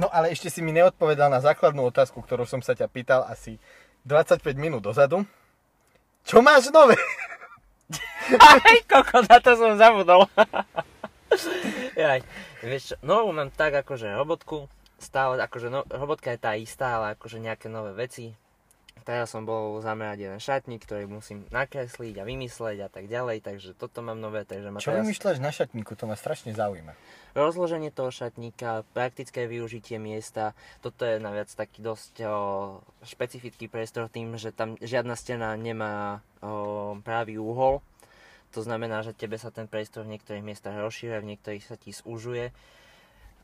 No ale ešte si mi neodpovedal na základnú otázku, ktorú som sa ťa pýtal asi 25 minút dozadu. Čo máš nové?
Aj koko, na to som zabudol. Jaj, vieš čo, novú mám tak akože robotku, stále akože no, robotka je tá istá, ale akože nejaké nové veci. Teraz som bol zamerať jeden šatník, ktorý musím nakresliť a vymysleť a tak ďalej, takže toto mám nové, takže ma
Čo
teraz
vymýšľaš na šatníku? To ma strašne zaujíma.
rozloženie toho šatníka, praktické využitie miesta. Toto je naviac taký dosť o, špecifický priestor tým, že tam žiadna stena nemá o, pravý úhol. To znamená, že tebe sa ten priestor v niektorých miestach rozšíra, v niektorých sa ti zúžuje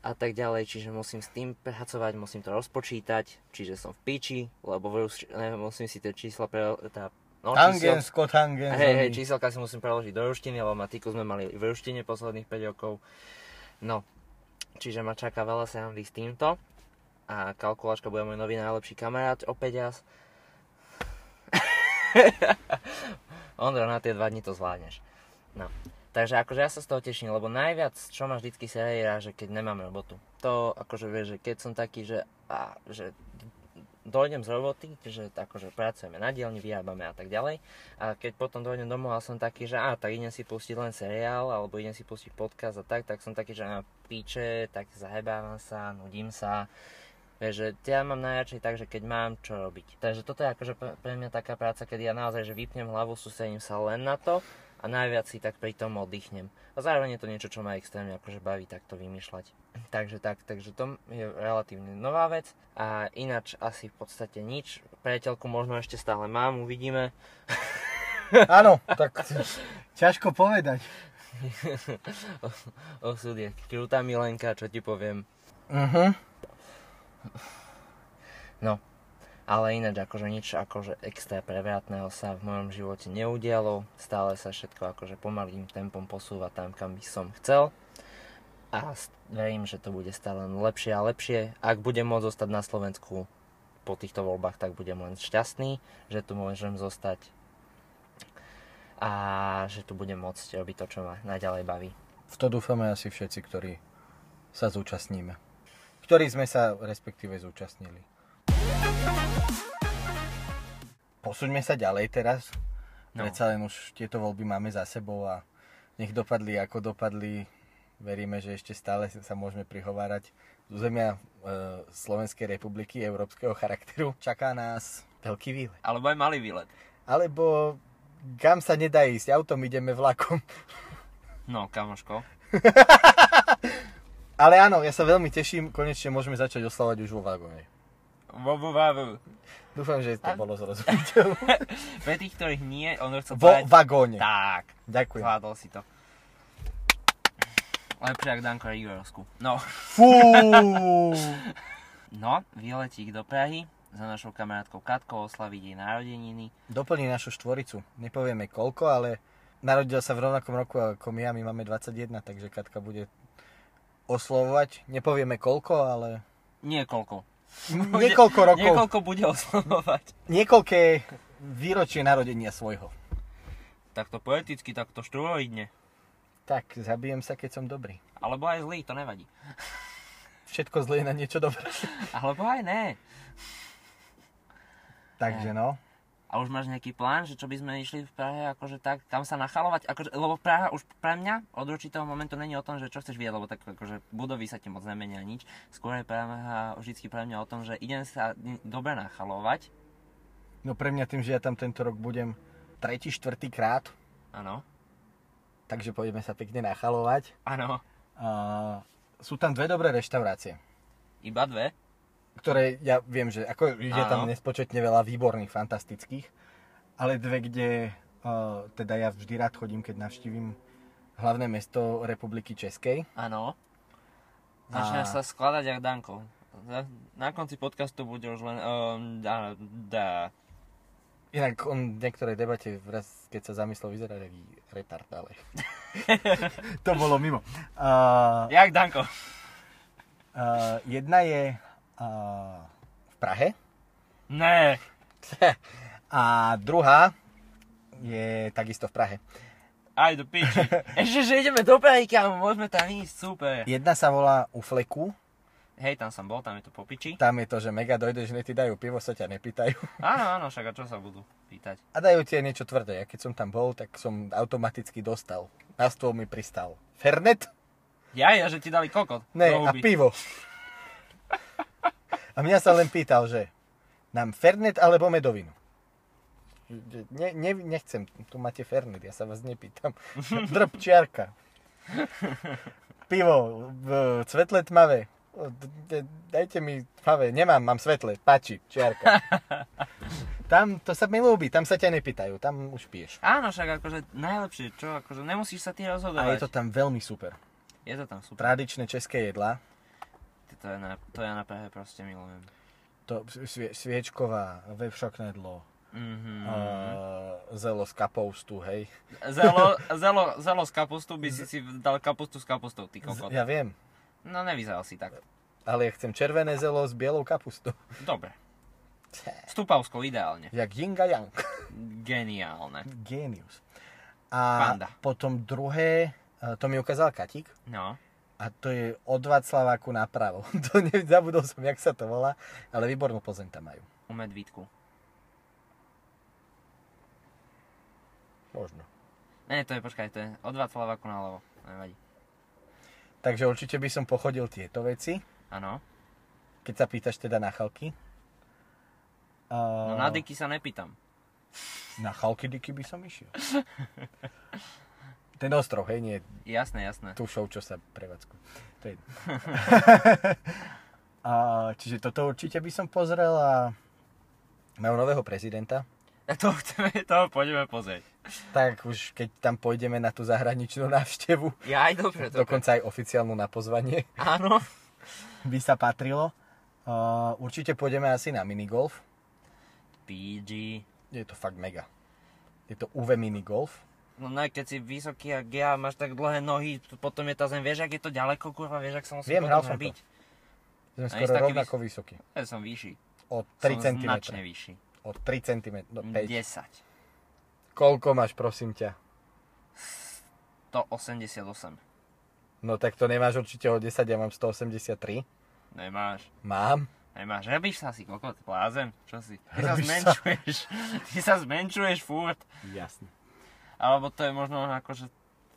a tak ďalej, čiže musím s tým pracovať, musím to rozpočítať, čiže som v piči, lebo v ruš- ne, musím si tie čísla pre... Tá, no, čísel-
Tangens, kotangens.
Hej, hej, číselka si musím preložiť do ruštiny, lebo matiku sme mali v ruštine posledných 5 rokov. No, čiže ma čaká veľa srandy s týmto. A kalkulačka bude môj nový najlepší kamarát, opäť raz. Ondro, na tie dva dni to zvládneš. No. Takže akože ja sa z toho teším, lebo najviac, čo ma vždycky serejera, že keď nemám robotu. To akože vieš, že keď som taký, že, a, že dojdem z roboty, že akože pracujeme na dielni, vyrábame a tak ďalej. A keď potom dojdem domov a som taký, že a, tak idem si pustiť len seriál, alebo idem si pustiť podcast a tak, tak som taký, že na píče, tak zahebávam sa, nudím sa. Vieš, že ja mám najradšej tak, že keď mám čo robiť. Takže toto je akože pre- pre mňa taká práca, kedy ja naozaj, že vypnem hlavu, sústredím sa len na to a najviac si tak pri tom oddychnem. A zároveň je to niečo, čo ma extrémne akože baví takto vymýšľať. Takže tak, takže to je relatívne nová vec a ináč asi v podstate nič. Priateľku možno ešte stále mám, uvidíme.
Áno, tak ťažko povedať.
Osud je krutá milenka, čo ti poviem.
Mhm.
Ale ináč akože nič akože extra prevratného sa v mojom živote neudialo. Stále sa všetko akože pomalým tempom posúva tam, kam by som chcel. A s- verím, že to bude stále len lepšie a lepšie. Ak budem môcť zostať na Slovensku po týchto voľbách, tak budem len šťastný, že tu môžem zostať a že tu budem môcť robiť to, čo ma naďalej baví.
V to dúfame asi všetci, ktorí sa zúčastníme. Ktorí sme sa respektíve zúčastnili. Posúďme sa ďalej teraz. No.
No.
Predsa len už tieto voľby máme za sebou a nech dopadli ako dopadli. Veríme, že ešte stále sa môžeme prihovárať. Z územia e, Slovenskej republiky európskeho charakteru čaká nás veľký výlet.
Alebo aj malý výlet.
Alebo kam sa nedá ísť, autom ideme vlakom.
No, kamoško.
Ale áno, ja sa veľmi teším, konečne môžeme začať oslavať už vo vagóne.
Vobu, vobu.
Dúfam, že to bolo zrozumiteľné.
Pre tých, ktorých nie, on chcel
Vo vagóne.
Tak,
Ďakujem.
zvládol si to. Lepšie ako Danko Rigorovsku. No,
Fú!
no, vyletík do Prahy za našou kamarátkou Katkou oslaviť jej narodeniny.
Doplní našu štvoricu. Nepovieme koľko, ale narodil sa v rovnakom roku ako my a my máme 21, takže Katka bude oslovovať. Nepovieme koľko, ale
Niekoľko.
niekoľko rokov,
Niekoľko bude oslavovať.
niekoľké výročie narodenia svojho.
Takto poeticky, takto štruoidne.
Tak, zabijem sa, keď som dobrý.
Alebo aj zlý, to nevadí.
Všetko zlé je na niečo dobré.
Alebo aj ne.
Takže no.
A už máš nejaký plán, že čo by sme išli v Prahe, akože tak, tam sa nachalovať, akože, lebo Praha už pre mňa od určitého momentu není o tom, že čo chceš vidieť, lebo tak akože budovy sa ti moc nemenia nič. Skôr je Praha vždycky pre mňa o tom, že idem sa n- dobre nachalovať,
No pre mňa tým, že ja tam tento rok budem tretí, štvrtý krát,
áno,
takže pôjdeme sa pekne nachalovať.
áno,
A sú tam dve dobré reštaurácie,
iba dve,
ktoré ja viem, že ako je tam
Áno.
nespočetne veľa výborných, fantastických, ale dve, kde a, teda ja vždy rád chodím, keď navštívim hlavné mesto Republiky Českej.
áno. Začne
A-
sa skladať jak Danko. Na- Na konci podcastu bude už len, um, da, da.
Inak on v niektorej debate, raz, keď sa zamyslel, vyzerá ako retard, ale... to bolo mimo. A,
jak Danko.
a, jedna je a, v Prahe,
Ne,
A druhá je takisto v Prahe.
aj do piči. Ešte, že ideme do Prahy, kámo, môžeme tam ísť, super.
Jedna sa volá u fleku,
Hej, tam som bol, tam je to po piči.
tam je to, že mega dojdeš, ne ti dajú pivo, sa ťa nepýtajú.
Áno, áno, však a čo sa budú pýtať?
A dajú ti aj niečo tvrdé. Ja keď som tam bol, tak som automaticky dostal. Na stôl mi pristal. Fernet?
Ja, ja, že ti dali kokot.
Ne, a
do huby.
pivo. A mňa sa len pýtal, že nám Fernet alebo medovinu. Ne, ne, nechcem, tu máte Fernet, ja sa vás nepýtam. Drb čiarka. Pivo, v- cvetle tmavé. D- d- Dajte mi, práve, nemám, mám svetle, páči, čiarka. tam to sa mi ľúbi, tam sa ťa nepýtajú, tam už piješ.
Áno, však akože najlepšie, čo akože nemusíš sa
A
ty
je
rozhodovať.
to tam veľmi super.
je to tam super.
Tradičné české jedlá,
Ty, To, je na, to ja na PH proste milujem.
to svie, sviečková, vepšoknedlo,
Mhm.
uh, zelo z kapoustu, hej.
Zelo, zelo, zelo z kapustu by si si dal kapustu s kapustou, ty
Z,
kokot.
ja viem,
No nevyzeral si tak.
ale ja chcem červené zelo s bielou kapustou.
Dobre. S Tupavskou ideálne.
Jak yin a yang.
Geniálne.
Genius. A
Panda.
potom druhé, e, to mi ukázal Katík,
No.
a to je od Václaváku napravo. to ne, zabudol som, jak sa to volá, ale výbornú plzeň tam majú.
U medvídku.
Možno.
Ne, to je, počkaj, to je od Václava ku naľavo. Nevadí.
Takže určite by som pochodil tieto veci,
Áno.
keď sa pýtaš teda na chalky.
No
Uh,
na Diky sa nepýtam.
na chalky diky by som išiel. Ten ostrov, hej, nie
Jasné, jasné.
tušou, čo sa prevádzku. To je jedno. a, čiže toto určite by som pozrel a majú nového prezidenta.
To chceme, to poďme pozrieť.
Tak už keď tam pôjdeme na tú zahraničnú návštevu,
Ja aj dobre, dobre.
dokonca aj oficiálnu na pozvanie,
Áno.
by sa patrilo. Uh, určite pôjdeme asi na minigolf.
PG.
Je to fakt mega. Je to UV minigolf.
No ne, keď si vysoký jak ja, máš tak dlhé nohy, t- potom je tá zem, vieš, ak je to ďaleko, kurva, vieš, ak sa musí
Viem,
potom
hral som to.
nabiť.
Sme
A
skoro
ísť taký
rovnako vysokí.
Ja som vyšší.
O 3
som Mm,
cm.
značne vyšší.
O 3 cm. No, 5.
10.
Koľko máš, prosím ťa?
188.
No tak to nemáš určite o 10, ja mám 183.
Nemáš.
Mám.
Nemáš, robíš sa si, kokot, blázen, čo si? Ty sa
Robíš sa.
zmenšuješ, ty sa zmenšuješ furt.
Jasne.
Alebo to je možno akože,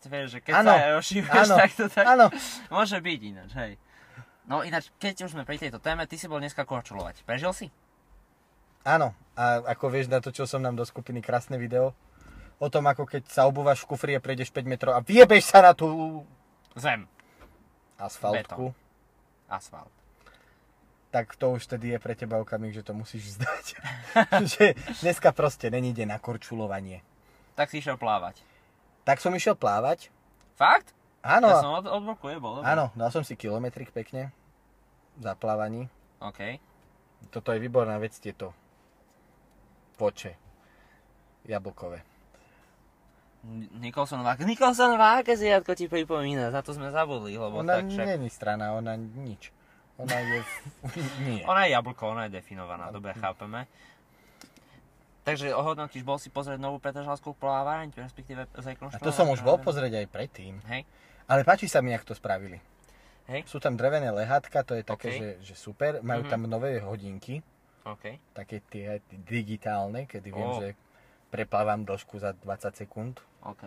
ty vieš, že keď
Áno,
sa rozšíveš,
áno,
tak to tak
áno.
môže byť ináč, hej. No ináč, keď už sme pri tejto téme, ty si bol dneska korčulovať. Prežil si?
Áno, a ako vieš, natočil som nám do skupiny krásne video o tom, ako keď sa obúvaš v kufri a prejdeš 5 metrov a vyjebeš sa na tú
Zem,
asfaltku,
asfalt.
tak to už tedy je pre teba okamih, že to musíš vzdať. že dneska proste není deň na korčulovanie.
Tak si išiel plávať.
Tak som išiel plávať.
Fakt?
Áno,
Ja som od, od boku jebol,
No.
dobre.
áno, dal som si kilometrik pekne za plávaní.
OK.
Toto je výborná vec, tieto poče jablkové.
N- Nicholson Vákez, Nicholson Vákez jadko ti pripomína, za to sme zabudli, lebo
Ona
tak však...
není strana, ona nič. Ona je... nie.
Ona je jablko, ona je definovaná, dobre, chápeme. Takže ohodnotíš, bol si pozrieť novú Petržalskú plávaň, respektíve
A
zrekonštruovanú.
to som už bol pozrieť aj predtým.
Hej,
Ale páči sa mi, jak to spravili.
Hej.
Sú tam drevené lehátka, to je také,
OK.
že, že super. Majú
Mhm.
tam nové hodinky,
OK.
také tie digitálne, kedy viem,
Ó.
že preplávam dĺžku za 20 sekúnd.
OK.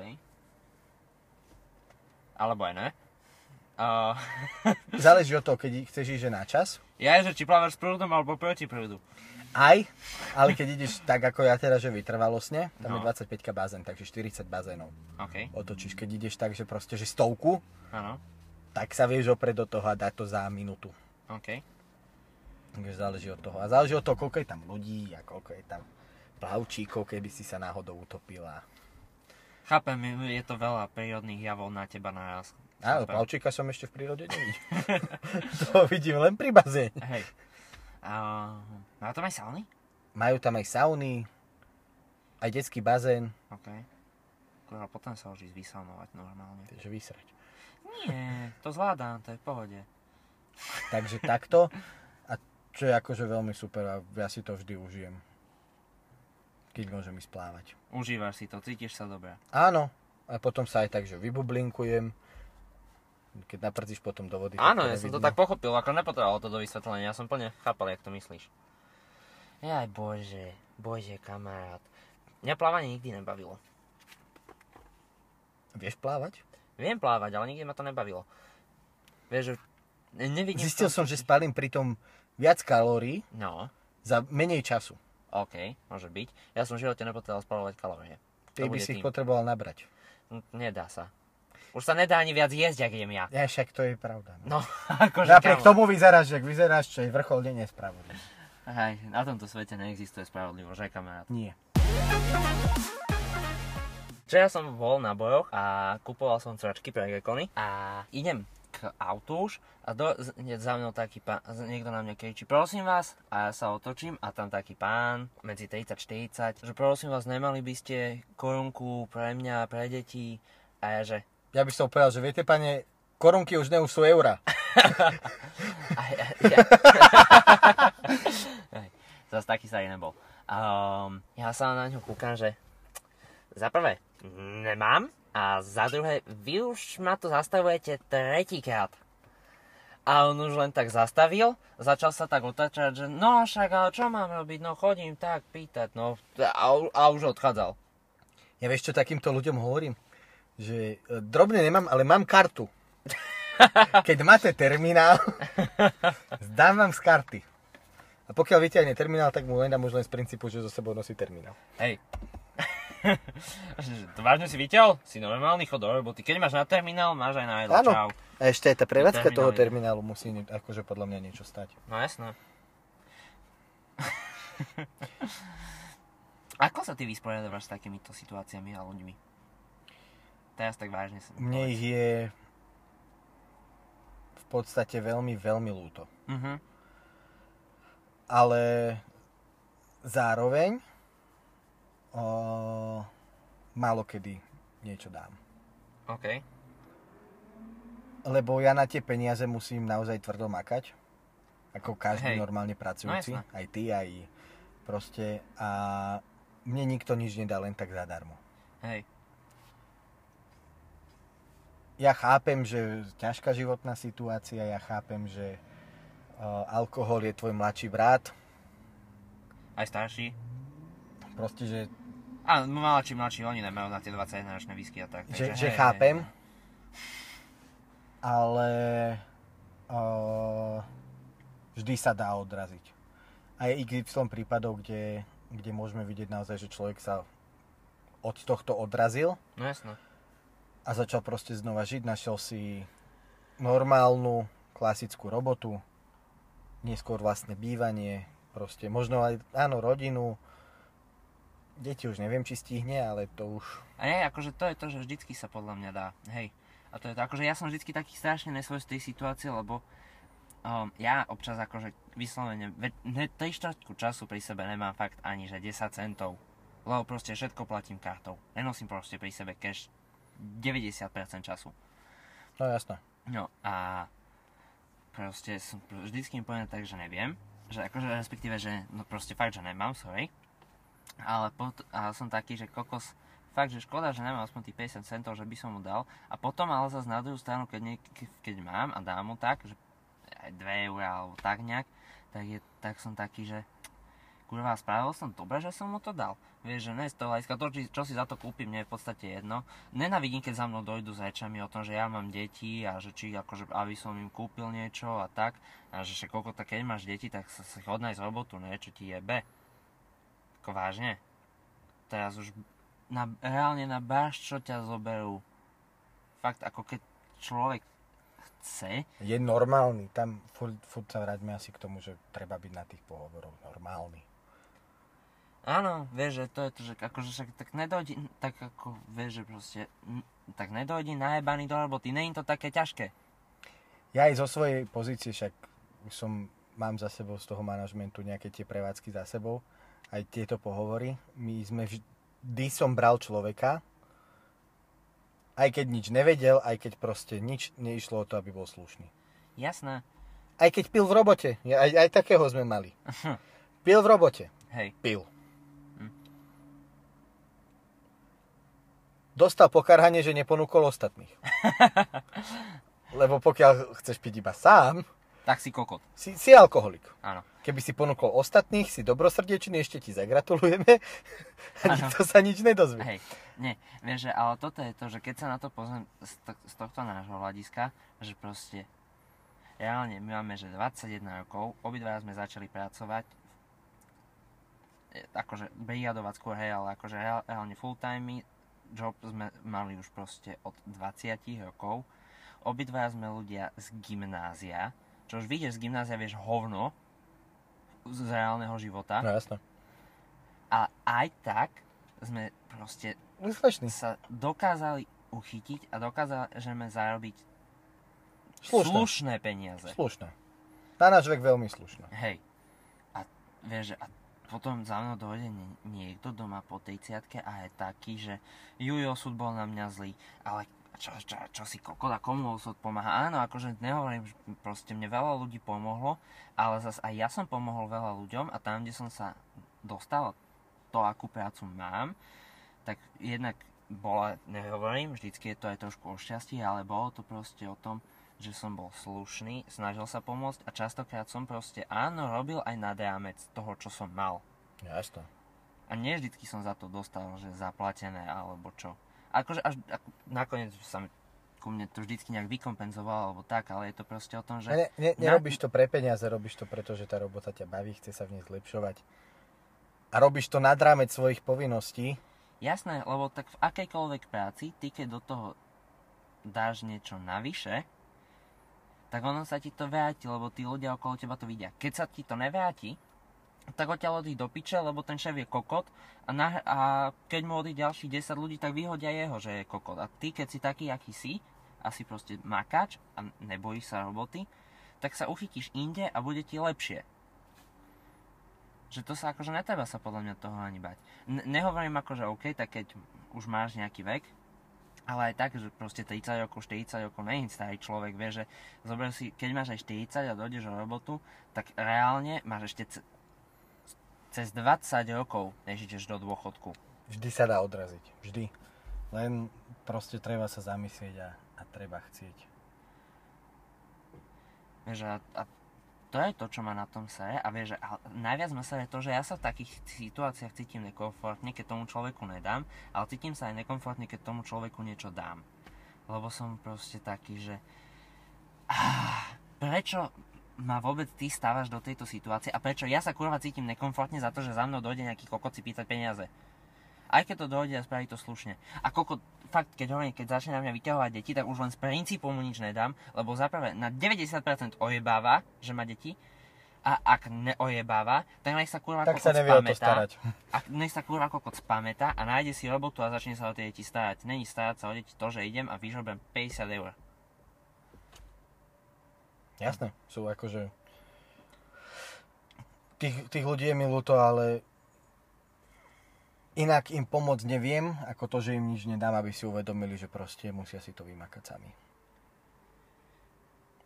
Alebo aj ne. Uh,
Záleží od toho, keď chceš ísť že na čas.
ja je, že či plávaš s prúdom alebo proti prúdu.
Aj, ale keď ideš tak ako ja teraz, že vytrvalostne, tam
No.
je 25 bazén, takže 40 bazénov.
OK,
Otočíš, keď ideš tak, že proste, že stovku,
áno,
tak sa vieš opred do toho a dá to za minútu.
OK.
Takže záleží od toho. A záleží od toho, koľko je tam ľudí a koľko je tam plavčíkov, keby si sa náhodou utopila.
Chápem, je- je to veľa prírodných javov na teba naraz.
Áno,
Chápem.
plavčíka som ešte v prírode nevidel. to vidím len pri bazéne.
Hej. Uh, má to aj sauny?
Majú tam aj sauny, aj detský bazén,
OK. Kurva, potom sa už ísť vysaunovať normálne.
takže vysrať.
Nie, to zvládam, to je v pohode.
Takže takto. A čo je akože veľmi super a ja si to vždy užijem. Keď môžem ísť plávať.
Užívaš si to, cítiš sa dobre.
Áno, a potom sa aj tak, že vybublinkujem. Keď naprdíš potom do vody.
Áno,
to
ja som to teda
nevidno.
tak pochopil, ako nepotrebovalo to do vysvetlenia, ja som plne chápal, jak to myslíš. Jaj bože, bože kamarát. Mňa plávanie nikdy nebavilo.
Vieš plávať?
Viem plávať, ale nikdy ma to nebavilo. Vieš, že ne- nevidím... v
Zistil som,
tom-
že spalím pritom viac kalórií
No,
za menej času.
OK, môže byť. Ja som v živote nepotreboval spalovať kalórie.
Ty by
To bude
si ich
tým.
potreboval nabrať.
N- Nedá sa. Už sa nedá ani viac jesť, ak jem ja.
Ja, však to je pravda. No.
No, akože
Napriek
kamo.
tomu vyzeráš, jak vyzeráš, čo je vrcholne nespravodlivé.
Aj, na tomto svete neexistuje spravodlivosť, že kamarát.
Nie.
Včera som bol na bojoch a kupoval som cračky pre gekony a idem k autu už a do, z, hneď za mnou taký pán, z- niekto na mňa kričí, prosím vás, a ja sa otočím a tam taký pán, medzi 30-40, že prosím vás, nemali by ste korunku pre mňa, pre deti, a ja že,
Ja by som povedal, že viete, pane, korunky už ne, už sú eurá.
a ja, ja. Aj, Zas taký sa aj nebol. Um, ja sa na ňu kúkam, že za prvé nemám a za druhé vy už ma tu zastavujete tretíkrát. A on už len tak zastavil, začal sa tak otáčať, že no však, ale čo mám robiť, no chodím tak pýtať, no a, u- a už odchádzal.
Ja vieš, čo takýmto ľuďom hovorím? Že e, drobne nemám, ale mám kartu. Keď máte terminál, zdám vám z karty. A pokiaľ vyťahne terminál, tak mu len dám už len z princípu, že zo sebou nosí terminál.
Hej. to vážne si videl? Si normálny chod do roboty. Keď máš na terminál, máš aj na jedlo.
Áno.
Čau.
A ešte aj tá prevádzka
Terminál
toho
je.
terminálu musí nie- akože podľa mňa niečo stať.
No jasné. Ako sa ty vysporiadávaš s takýmito situáciami a ľuďmi? Teraz tak vážne som.
Mne ich je v podstate veľmi, veľmi ľúto.
Mhm.
ale zároveň o, málo kedy niečo dám.
OK.
Lebo ja na tie peniaze musím naozaj tvrdo makať. Ako každý
Hej.
normálne pracujúci.
No jasné.
aj ty, aj proste. A mne nikto nič nedá len tak zadarmo.
Hej.
Ja chápem, že ťažká životná situácia, ja chápem, že o, alkohol je tvoj mladší brat.
Aj starší.
Proste, že,
A no, mladší, mladší, oni nemajú na tie 21 ročné whisky a tak.
že,
takže
že
hej,
chápem.
hej.
ale uh, vždy sa dá odraziť. A je XY prípadov, kde, kde môžeme vidieť naozaj, že človek sa od tohto odrazil
No jasné.
a začal proste znova žiť, našiel si normálnu, klasickú robotu, neskôr vlastné bývanie, proste možno aj, áno, rodinu, deti už neviem, či stihne, ale to už
A nie, akože to je to, že vždycky sa podľa mňa dá. Hej. A to je to, akože ja som vždycky taký strašne nesvoj z tej situácie, lebo um, ja občas akože vyslovene, ve, ne, tej štátku času pri sebe nemám fakt ani že 10 centov. Lebo proste všetko platím kartou. Nenosím proste pri sebe cash 90% času.
no jasné.
No a proste som pr- vždycky im poviem tak, že neviem. Že akože respektíve, že no proste fakt, že nemám, sorry. Ale pot- a som taký, že kokos, fakt, že škoda, že nemám aspoň tých 50 centov, že by som mu dal. A potom ale zase na druhú stranu, keď, niek- keď mám a dám mu tak, že aj 2 eur alebo tak nejak, tak, je, tak som taký, že kurva, spravil som dobre, že som mu to dal. Vieš, že ne z toho hľadiska, to, či, čo si za to kúpim, mne je v podstate jedno. Nenavidím, keď za mnou dojdu s rečami o tom, že ja mám deti a že či akože, aby som im kúpil niečo a tak. A že, že koľko tak, keď máš deti, tak sa si chod nájsť robotu, ne, čo ti jebe. Ako vážne. Teraz už na, reálne na baš, čo ťa zoberú. Fakt, ako keď človek chce,
Je normálny, tam furt, furt sa vráťme asi k tomu, že treba byť na tých pohovoroch normálny.
Áno, vieš, že to je to, že akože však tak nedojdi, tak ako, vieš, že proste, n- tak nedojdi najebaný do roboty, není to také ťažké.
Ja aj zo svojej pozície však už som, mám za sebou z toho manažmentu nejaké tie prevádzky za sebou, aj tieto pohovory. My sme vždy som bral človeka, aj keď nič nevedel, aj keď proste nič neišlo o to, aby bol slušný.
Jasné,
Aj keď pil v robote, ja- aj, aj takého sme mali. Pil v robote,
hej,
pil. Dostal pokarhanie, že neponúkol ostatných. Lebo pokiaľ chceš piť iba sám,
tak si kokot,
si, si alkoholik.
áno.
Keby si ponúkol ostatných, si dobrosrdečný, ešte ti zagratulujeme a nikto sa nič nedozvie.
Hej, nie, vieš, že, ale toto je to, že keď sa na to pozriem z, to- z tohto nášho hľadiska, že proste, reálne, my máme, že 21 rokov, obidva sme začali pracovať, e, akože brigadovať skôr, hej, ale akože reál- reálne full time, job sme mali už proste od 20 rokov. Obidvaja sme ľudia z gymnázia, čo už vyjdeš z gymnázia, vieš hovno z reálneho života.
No jasné.
A aj tak sme proste
Úspešný.
sa dokázali uchytiť a dokázali sme zarobiť
Slušné.
slušné, slušné peniaze.
Slušné. Na náš vek veľmi slušné.
Hej. A vieš, že a potom za mnou dojde nie- niekto doma po tej ciatke a je taký, že jujo, súd bol na mňa zlý, ale čo, čo, čo si kokot a komu súd pomáha? Áno, akože nehovorím, že proste mne veľa ľudí pomohlo, ale zas aj ja som pomohol veľa ľuďom a tam, kde som sa dostal to, akú prácu mám, tak jednak bola, nehovorím, vždycky je to aj trošku o šťastí, ale bolo to proste o tom, že som bol slušný, snažil sa pomôcť a častokrát som proste áno, robil aj nad rámec toho, čo som mal.
Jasné.
A nie vždycky som za to dostal, že zaplatené alebo čo. Akože až ako, nakoniec sa mi- ku mne to vždycky nejak vykompenzovalo alebo tak, ale je to proste o tom, že...
Ne, ne,
Na-
nerobíš to pre peniaze, robíš to preto, že tá robota ťa baví, chce sa v nej zlepšovať. A robíš to nad rámec svojich povinností.
Jasné, lebo tak v akejkoľvek práci, ty keď do toho dáš niečo navyše, tak ono sa ti to vráti, lebo tí ľudia okolo teba to vidia. Keď sa ti to nevráti, tak odtiaľ odíď do piče, lebo ten šéf je kokot a, na, a keď mu odíde ďalších 10 ľudí, tak vyhodia jeho, že je kokot. A ty, keď si taký, aký si, a si proste makač a nebojíš sa roboty, tak sa uchytíš inde a bude ti lepšie. Že to sa akože netreba sa podľa mňa toho ani bať. N- nehovorím akože OK, tak keď už máš nejaký vek, ale aj tak, že proste 30 rokov, 40 rokov, není starý človek, vie, že zober si, keď máš aj 40 a dojdeš o robotu, tak reálne máš ešte ce- cez 20 rokov, než ideš do dôchodku.
Vždy sa dá odraziť. Vždy. Len proste treba sa zamyslieť a, a treba chcieť.
Vieš, a, a to je to, čo ma na tom sere a vieš, že- a najviac ma sere to, že ja sa v takých situáciách cítim nekomfortne, keď tomu človeku nedám, ale cítim sa aj nekomfortne, keď tomu človeku niečo dám. Lebo som proste taký, že ah, prečo ma vôbec ty stávaš do tejto situácie a prečo ja sa kurva cítim nekomfortne za to, že za mnou dojde nejaký kokot si pýtať peniaze. Aj keď to dojde a spraví to slušne. A koko, fakt, keď hovorím, keď začne na mňa vyťahovať deti, tak už len z princípu mu nič nedám, lebo zaprvé na 90% ojebáva, že má deti, a ak neojebáva, tak nech sa kurva
Tak sa
kokot
nevie o to
spamätá.
starať.
A nech sa kurva kokot spamätá a nájde si robotu a začne sa o tie deti starať. Není starať sa o deti to, že idem a vyžobem 50 eur.
Jasné. Sú akože... Tých, tých ľudí je mi ľúto, ale inak im pomôcť neviem, ako to, že im nič nedám, aby si uvedomili, že proste musia si to vymakať sami.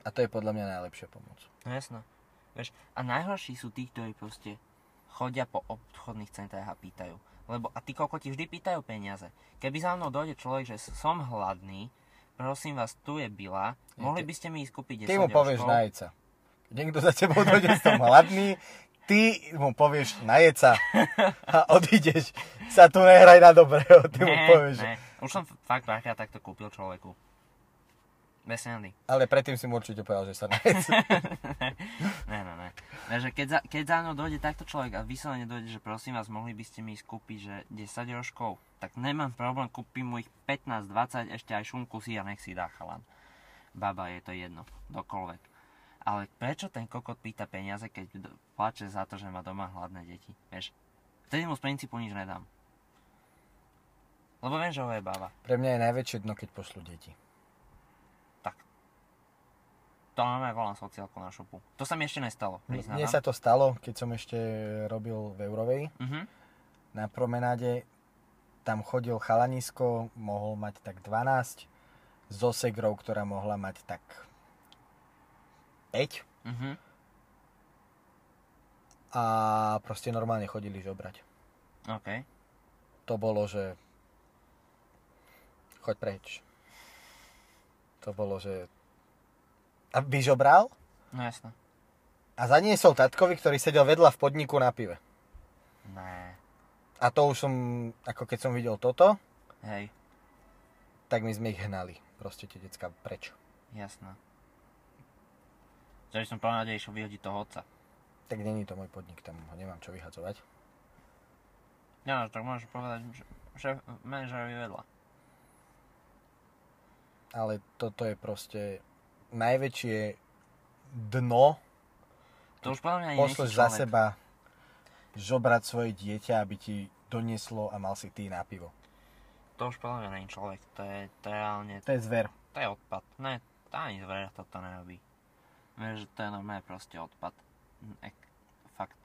A to je podľa mňa najlepšia pomoc.
No jasno. Vieš, a najhorší sú tí, ktorí proste chodia po obchodných centrách a pýtajú. Lebo a tí kokoti vždy pýtajú peniaze. Keby za mnou dojde človek, že som hladný, prosím vás, tu je bila, mohli by ste mi ísť kúpiť 10
Ty mu povieš
jožkov?
najeď sa. Keď niekto za tebou dojde s tom hladný, ty mu povieš najeď sa a odídeš. Sa tu nehraj na dobrého, ty mu
Ne,
povieš.
ne. Už som f- fakt párkrát takto kúpil človeku. Bez srandy.
Ale predtým si mu určite povedal, že sa najeď.
Ne, ne, ne. Takže keď za, keď za mnou dojde takto človek a vyslovene dojde, že prosím vás, mohli by ste mi ísť kúpiť, že 10 rožkov, tak nemám problém, kúpim mu ich 15, 20, ešte aj šunku si a nech si dá chalan. Baba, je to jedno, dokoľvek. Ale prečo ten kokot pýta peniaze, keď d- plače za to, že má doma hladné deti? Vieš, vtedy mu z princípu nič nedám. Lebo viem, že ho je baba.
Pre mňa je najväčšie dno, keď pošlu deti.
To máme volám sociálku na šupu. To sa mi ešte nestalo, priznávam.
Mne sa to stalo, keď som ešte robil v Eurovej
Mhm.
na promenáde. Tam chodil chalanisko, mohol mať tak 12, so segrou, ktorá mohla mať tak 5.
Mhm.
A proste normálne chodili žobrať.
OK.
to bolo, že choď preč. To bolo, že a vyžobral
No jasné.
a zaniesol tatkovi, ktorý sedel vedľa v podniku na pive.
Ne.
A to už som, ako keď som videl toto,
Hej,
tak my sme ich hnali. Proste tie decka preč.
jasné. Že by som povedal, že išiel vyhodiť toho otca.
Tak není to môj podnik, tam ho nemám čo vyhadzovať.
Ja, no, tak môžeš povedať, že, že manažerovi vedľa.
ale toto je proste najväčšie dno,
To už podľa mňa ani nechce
pošleš za
človek.
seba žobrať svoje dieťa, aby ti donieslo a mal si ty na pivo.
To už podľa mňa není človek, to je, to je reálne,
To je zver.
to je odpad. Ne, to ani zver toto nerobí. Vieš, že to je normálne proste odpad. Mm, Ek, fakt,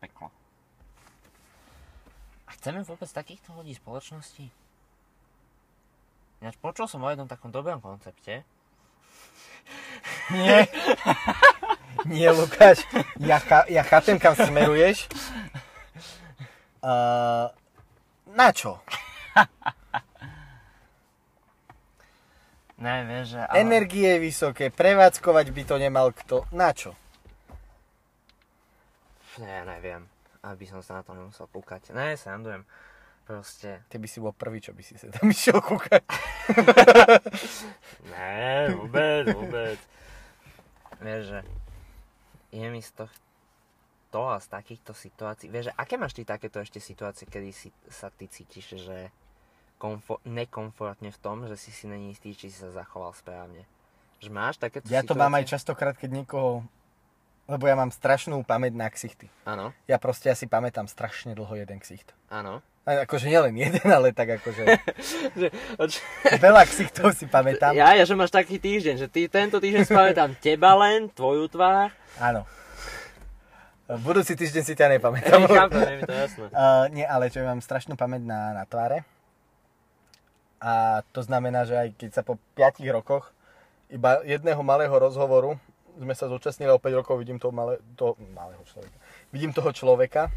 peklo. A chceme vôbec takýchto ľudí v spoločnosti? Ináč počul som o jednom takom dobrom koncepte.
Nie. Nie, Lukáš. Ja, cha- ja chápem, kam smeruješ. Uh, na čo?
Ne, vieš, že... ale-
Energie je vysoké, prevádzkovať by to nemal kto. Na čo?
Ne, ja neviem. Aby som sa na to nemusel púkať. Ne, sandujem. Proste,
Ty by si bol prvý, čo by si sa tam išiel kúkať.
Ne, vôbec, vôbec. Vieš, že je mi z tohto a z takýchto situácií, vieš, že aké máš ty takéto ešte situácie, kedy si, sa ty cítiš, že komfort, nekomfortne v tom, že si si není istý, či si sa zachoval správne. Že máš takéto
Ja to
situácie?
mám aj častokrát, keď niekoho... Lebo ja mám strašnú pamäť na ksichty.
Áno,
Ja proste asi pamätám strašne dlho jeden ksicht.
áno.
A Akože nielen jeden, ale tak akože
Oč-
veľa ksichtov si pamätám.
Ja, ja, že máš taký týždeň, že ty tento týždeň spamätám teba len, tvoju tvár.
Áno. V budúci týždeň si ťa nepamätám.
Tam... Chápem, je mi to jasné.
Uh, nie, ale čo ja mám strašnú pamäť na, na tváre. A to znamená, že aj keď sa po 5 rokoch iba jedného malého rozhovoru sme sa zúčastnili, a o 5 rokov vidím toho malé, to, malého človeka. Vidím toho človeka,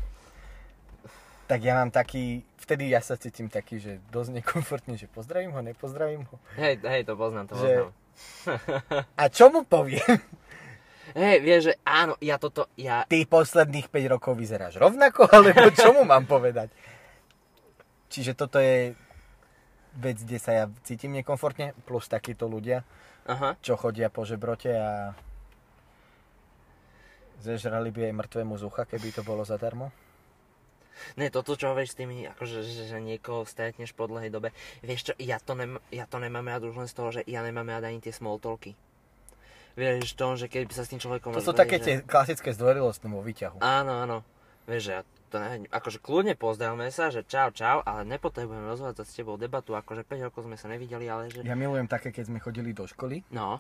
tak ja mám taký, vtedy ja sa cítim taký, že dosť nekomfortne, že pozdravím ho, nepozdravím ho.
Hej, hej, to poznám, to
Že-
poznám.
A čo mu poviem?
Hej, vieš, že áno, ja toto, ja...
Ty posledných 5 rokov vyzeráš rovnako, alebo čo mu mám povedať? Čiže toto je vec, kde sa ja cítim nekomfortne, plus takíto ľudia,
Aha.
čo chodia po žebrote a zežrali by aj mŕtvemu z ucha, keby to bolo zadarmo.
Ne, toto, čo hovoríš s tými, akože, že, že niekoho stretneš po dlhej dobe. Vieš čo, ja to, nem, ja to nemám rád už len z toho, že ja nemám rád ani tie small talky. Vieš to, že keď by sa s tým človekom...
To sú
rozbehli,
také
že-
tie klasické zdvorilostné vo výťahu.
Áno, áno. Vieš, že ja to neviem, akože kľudne pozdravme sa, že čau, čau, ale nepotrebujem rozvádzať s tebou debatu, akože 5 rokov sme sa nevideli, ale že...
Ja milujem také, keď sme chodili do školy
No,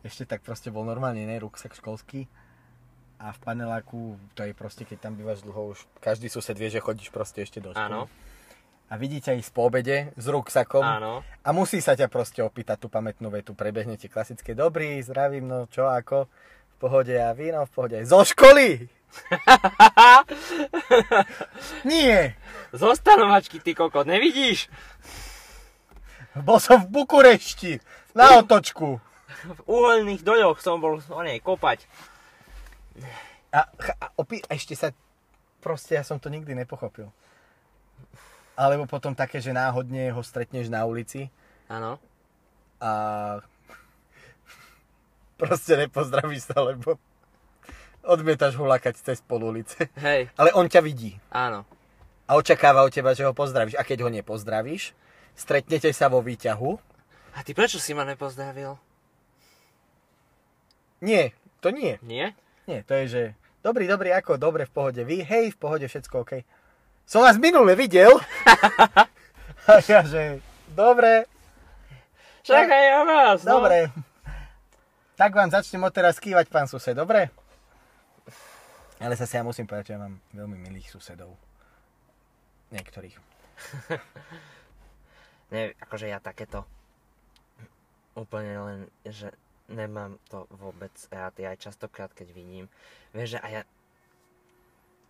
ešte tak proste bol normálne ne, ruksak školský a v paneláku, to je proste, keď tam bývaš dlho, už každý sused vie, že chodíš proste ešte do školy.
áno,
A vidíte ich po obede s ruksakom
áno.
a musí sa ťa proste opýtať tú pamätnú vetu. Prebehnete klasické, dobrý, zdravím, no čo, ako, v pohode a vy, no v pohode. Zo školy! Nie!
Zostanovačky, ty koko, nevidíš?
Bol som v Bukurešti na otočku.
V uholných doľoch som bol, o nej, kopať.
A, ch- a, opi- a ešte sa, proste ja som to nikdy nepochopil. Alebo potom také, že náhodne ho stretneš na ulici
Áno.
a proste nepozdravíš sa, lebo odmietaš ho lakať cez pol ulice.
Hej,
Ale on ťa vidí
áno.
a očakáva od teba, že ho pozdravíš. A keď ho nepozdravíš, stretnete sa vo výťahu.
A ty prečo si ma nepozdravil?
Nie, to nie.
Nie?
Nie, to je, že dobrý, dobrý, ako, dobre, v pohode vy, hej, v pohode, všetko OK. Som vás minule videl. a ja, že dobre,
Čakaj ja vás, no.
dobre. Tak vám začnem odteraz kývať, pán sused, dobre? Ale zase ja musím povedať, že ja mám veľmi milých susedov. Niektorých.
Ne, akože ja takéto úplne len, že nemám to vôbec rád. Ja aj častokrát, keď vidím, vieš, že a ja...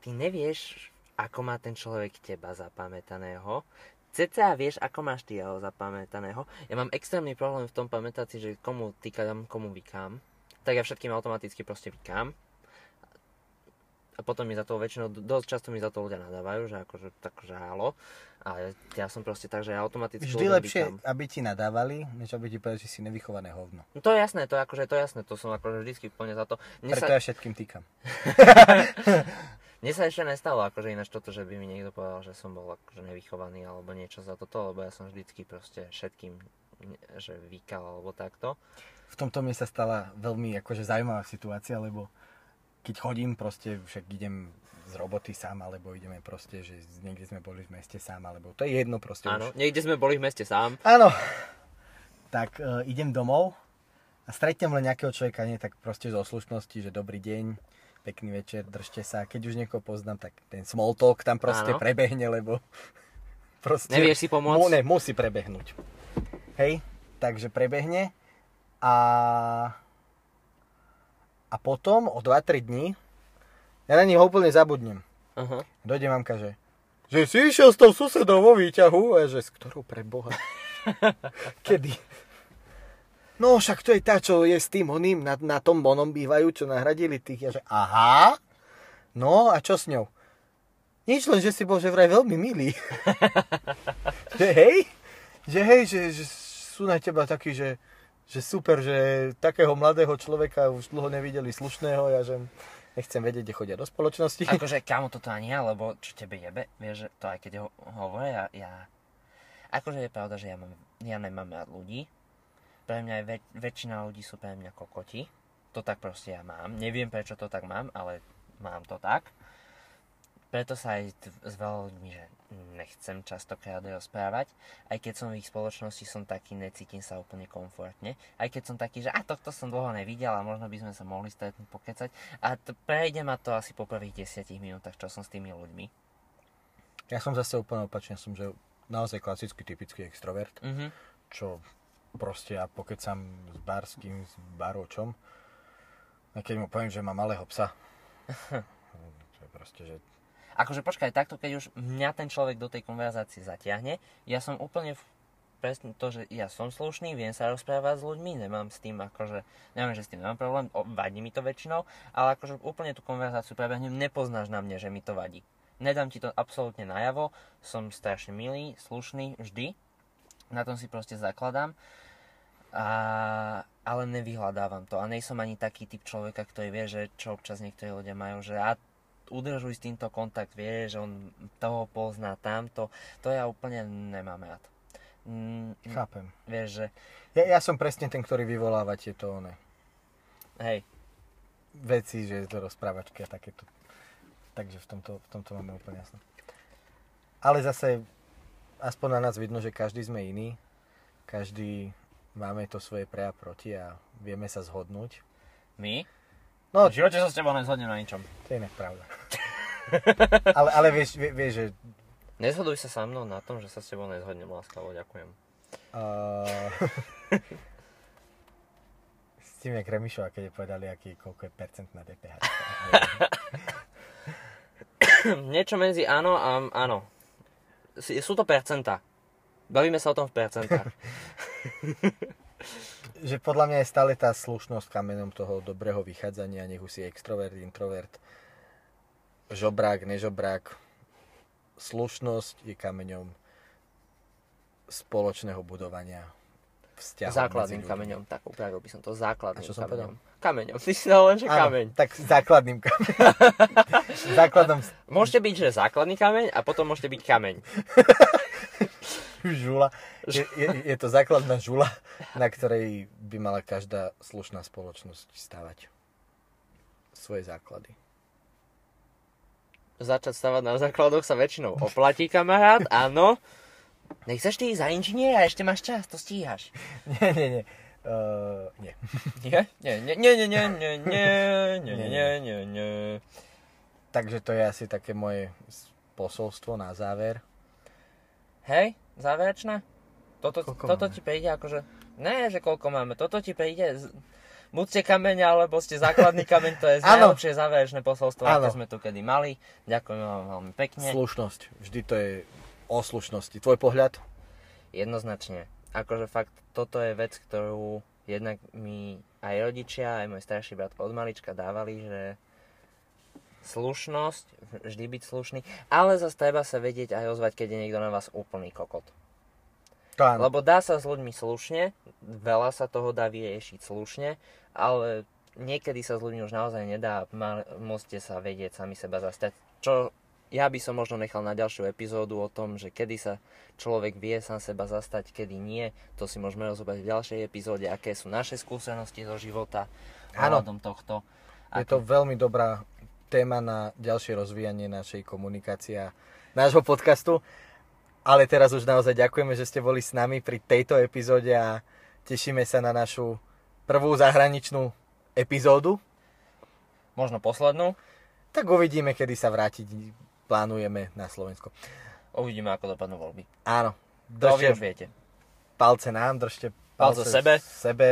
Ty nevieš, ako má ten človek teba zapamätaného. Ceca vieš, ako máš ty jeho zapamätaného. Ja mám extrémny problém v tom pamätať si, že komu týkam, komu vykám. Tak ja všetkým automaticky proste vykám. A potom mi za to väčšinou, dosť často mi za to ľudia nadávajú, že akože tak žálo. Ale ja som proste tak, že ja automaticky
Vždy
ľuďom
lepšie,
vykám.
aby ti nadávali, než aby ti povedali, že si nevychované hovno.
No to je jasné, to je akože to je jasné, to som akože vždycky plne za to. Mne
Preto
sa,
ja všetkým týkam.
mne sa ešte nestalo akože ináč toto, že by mi niekto povedal, že som bol akože nevychovaný alebo niečo za toto, lebo ja som vždycky proste všetkým že vykal alebo takto.
V tomto mi sa stala veľmi akože zaujímavá situácia, lebo keď chodím proste, však idem z roboty sám, alebo ideme proste, že z- niekde sme boli v meste sám, alebo to je jedno proste už.
Áno, niekde sme boli v meste sám.
Áno. Tak e, idem domov a stretnem len nejakého človeka, nie tak proste zo slušnosti, že dobrý deň, pekný večer, držte sa. Keď už niekoho poznám, tak ten small talk tam proste
Áno.
prebehne, lebo proste...
Nevieš si pomôcť?
Mu, ne, musí prebehnúť. Hej, takže prebehne a... A potom o 2-3 dní ja na neho úplne zabudnem.
Aha.
Dojde mamka, že že si išiel s tou susedou vo výťahu a ja, že s ktorou pre Boha? Kedy? No však to je tá, čo je s tým oným, na, na tom onom bývajú, čo nahradili tých. Ja že aha, no a čo s ňou? Nič len, že si bol že vraj veľmi milý. že hej, že hej, že, že sú na teba takí, že, že super, že takého mladého človeka už dlho nevideli slušného, ja že nechcem vedieť, kde chodia do spoločnosti.
Akože, kamo, toto ani ja, lebo čo tebe jebe, vieš, že to aj keď ho- hovoria, ja, ja... Akože je pravda, že ja, mám, ja nemám rád ľudí. Pre mňa je väč- väčšina ľudí sú pre mňa kokoti. To tak proste ja mám. Neviem, prečo to tak mám, ale mám to tak. Preto sa aj t- s veľa ľuďmi, že nechcem častokrát rozprávať. Aj keď som v ich spoločnosti, som taký, necítim sa úplne komfortne. Aj keď som taký, že a tohto som dlho nevidel a možno by sme sa mohli stretnúť, pokecať. A t- prejde ma to asi po prvých 10 minútach, čo som s tými ľuďmi.
Ja som zase úplne opačne, som že naozaj klasický, typický extrovert,
Mhm.
čo proste ja pokecam s barským, s baročom, a keď mu poviem, že má malého psa, to je proste, že
Akože počkaj, takto keď už mňa ten človek do tej konverzácie zatiahne, ja som úplne v... presne to, že ja som slušný, viem sa rozprávať s ľuďmi, nemám s tým akože, neviem, že s tým nemám problém, o, vadí mi to väčšinou, ale akože úplne tú konverzáciu prebehnem, nepoznáš na mne, že mi to vadí. Nedám ti to absolútne najavo, som strašne milý, slušný, vždy, na tom si proste zakladám, a, ale nevyhľadávam to a nej som ani taký typ človeka, ktorý vie, že čo občas niektorí ľudia majú, že a udržuj s týmto kontakt, vieš, on toho pozná tamto, to ja úplne nemám rád. Mm,
chápem.
vieš, že
Ja, ja som presne ten, ktorý vyvoláva tieto one,
hej,
veci, že do rozprávačky a takéto. Takže v tomto, v tomto máme úplne jasno. Ale zase, aspoň na nás vidno, že každý sme iný, každý máme to svoje pre a proti a vieme sa zhodnúť.
my?
No,
v živote sa s tebou nezhodnem na ničom.
To je inak pravda. ale, ale vieš, vie, vieš že...
Nezhoduj sa so mnou na tom, že sa s tebou nezhodnem, láskavo, ďakujem.
Uh, s tým jak Remišova, keď je povedali, aký, koľko je percent na DPH.
Niečo medzi áno a áno. S- Sú to percenta. Bavíme sa o tom v percentách.
že podľa mňa je stále tá slušnosť kamenom toho dobrého vychádzania, nech už si extrovert, introvert, žobrák, nežobrák. Slušnosť je kameňom spoločného budovania vzťahov. medzi
základným
ľuďmi.
kameňom, tak upravil by som to
A
základným
čo som
kameňom. Kameňom, ty si dal len, že
Áno,
kameň.
tak základným kameňom. základom
Môžete byť, že základný kameň a potom môžete byť kameň.
Žula. Je, je, je to základná žula, na ktorej by mala každá slušná spoločnosť stavať svoje základy.
Začať stavať na základoch sa väčšinou oplatí, kamarát, áno. Nechceš ty ísť za inžiniera, ešte máš čas, to stíhaš.
Nie, nie, nie. Uh, nie.
Nie, nie, nie, nie, nie, nie, nie, nie, nie, nie, nie, nie.
Takže to je asi také moje s- posolstvo na záver.
Hej, záverečná? Toto,
Koľko
toto
máme?
ti príde akože... Ne, že koľko máme, toto ti príde... Z... Buď ste kameň, alebo ste základný kameň, to je z
Áno.
najlepšie záverečné posolstvo,
Áno.
aké sme tu kedy mali. Ďakujem vám veľmi pekne.
Slušnosť. Vždy to je o slušnosti. Tvoj pohľad?
Jednoznačne. Akože fakt, toto je vec, ktorú jednak mi aj rodičia, aj môj starší brat od malička dávali, že slušnosť, vždy byť slušný, ale zase treba sa vedieť aj ozvať, keď je niekto na vás úplný kokot.
To áno.
Lebo dá sa s ľuďmi slušne, veľa sa toho dá vyriešiť slušne, ale niekedy sa s ľuďmi už naozaj nedá, a mal- musíte sa vedieť sami seba zastať, čo ja by som možno nechal na ďalšiu epizódu o tom, že kedy sa človek vie sám seba zastať, kedy nie. To si môžeme rozobrať v ďalšej epizóde, aké sú naše skúsenosti zo života
Áno.
ohľadom tohto.
Je to veľmi dobrá téma na ďalšie rozvíjanie našej komunikácie a nášho podcastu. Ale teraz už naozaj ďakujeme, že ste boli s nami pri tejto epizóde a tešíme sa na našu prvú zahraničnú epizódu.
Možno poslednú.
Tak uvidíme, kedy sa vrátiť plánujeme na Slovensko.
Uvidíme, ako dopadnú voľby.
Áno,
To vy už
držte
viete.
palce nám, držte palce
Palce sebe.
sebe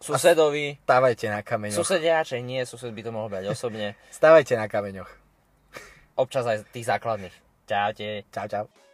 Susedovi,
stávajte na kameňoch.
susedia, či nie, sused by to mohol brať osobne.
Stávajte na kameňoch.
Občas aj tých základných. Čaute.
Čau, čau.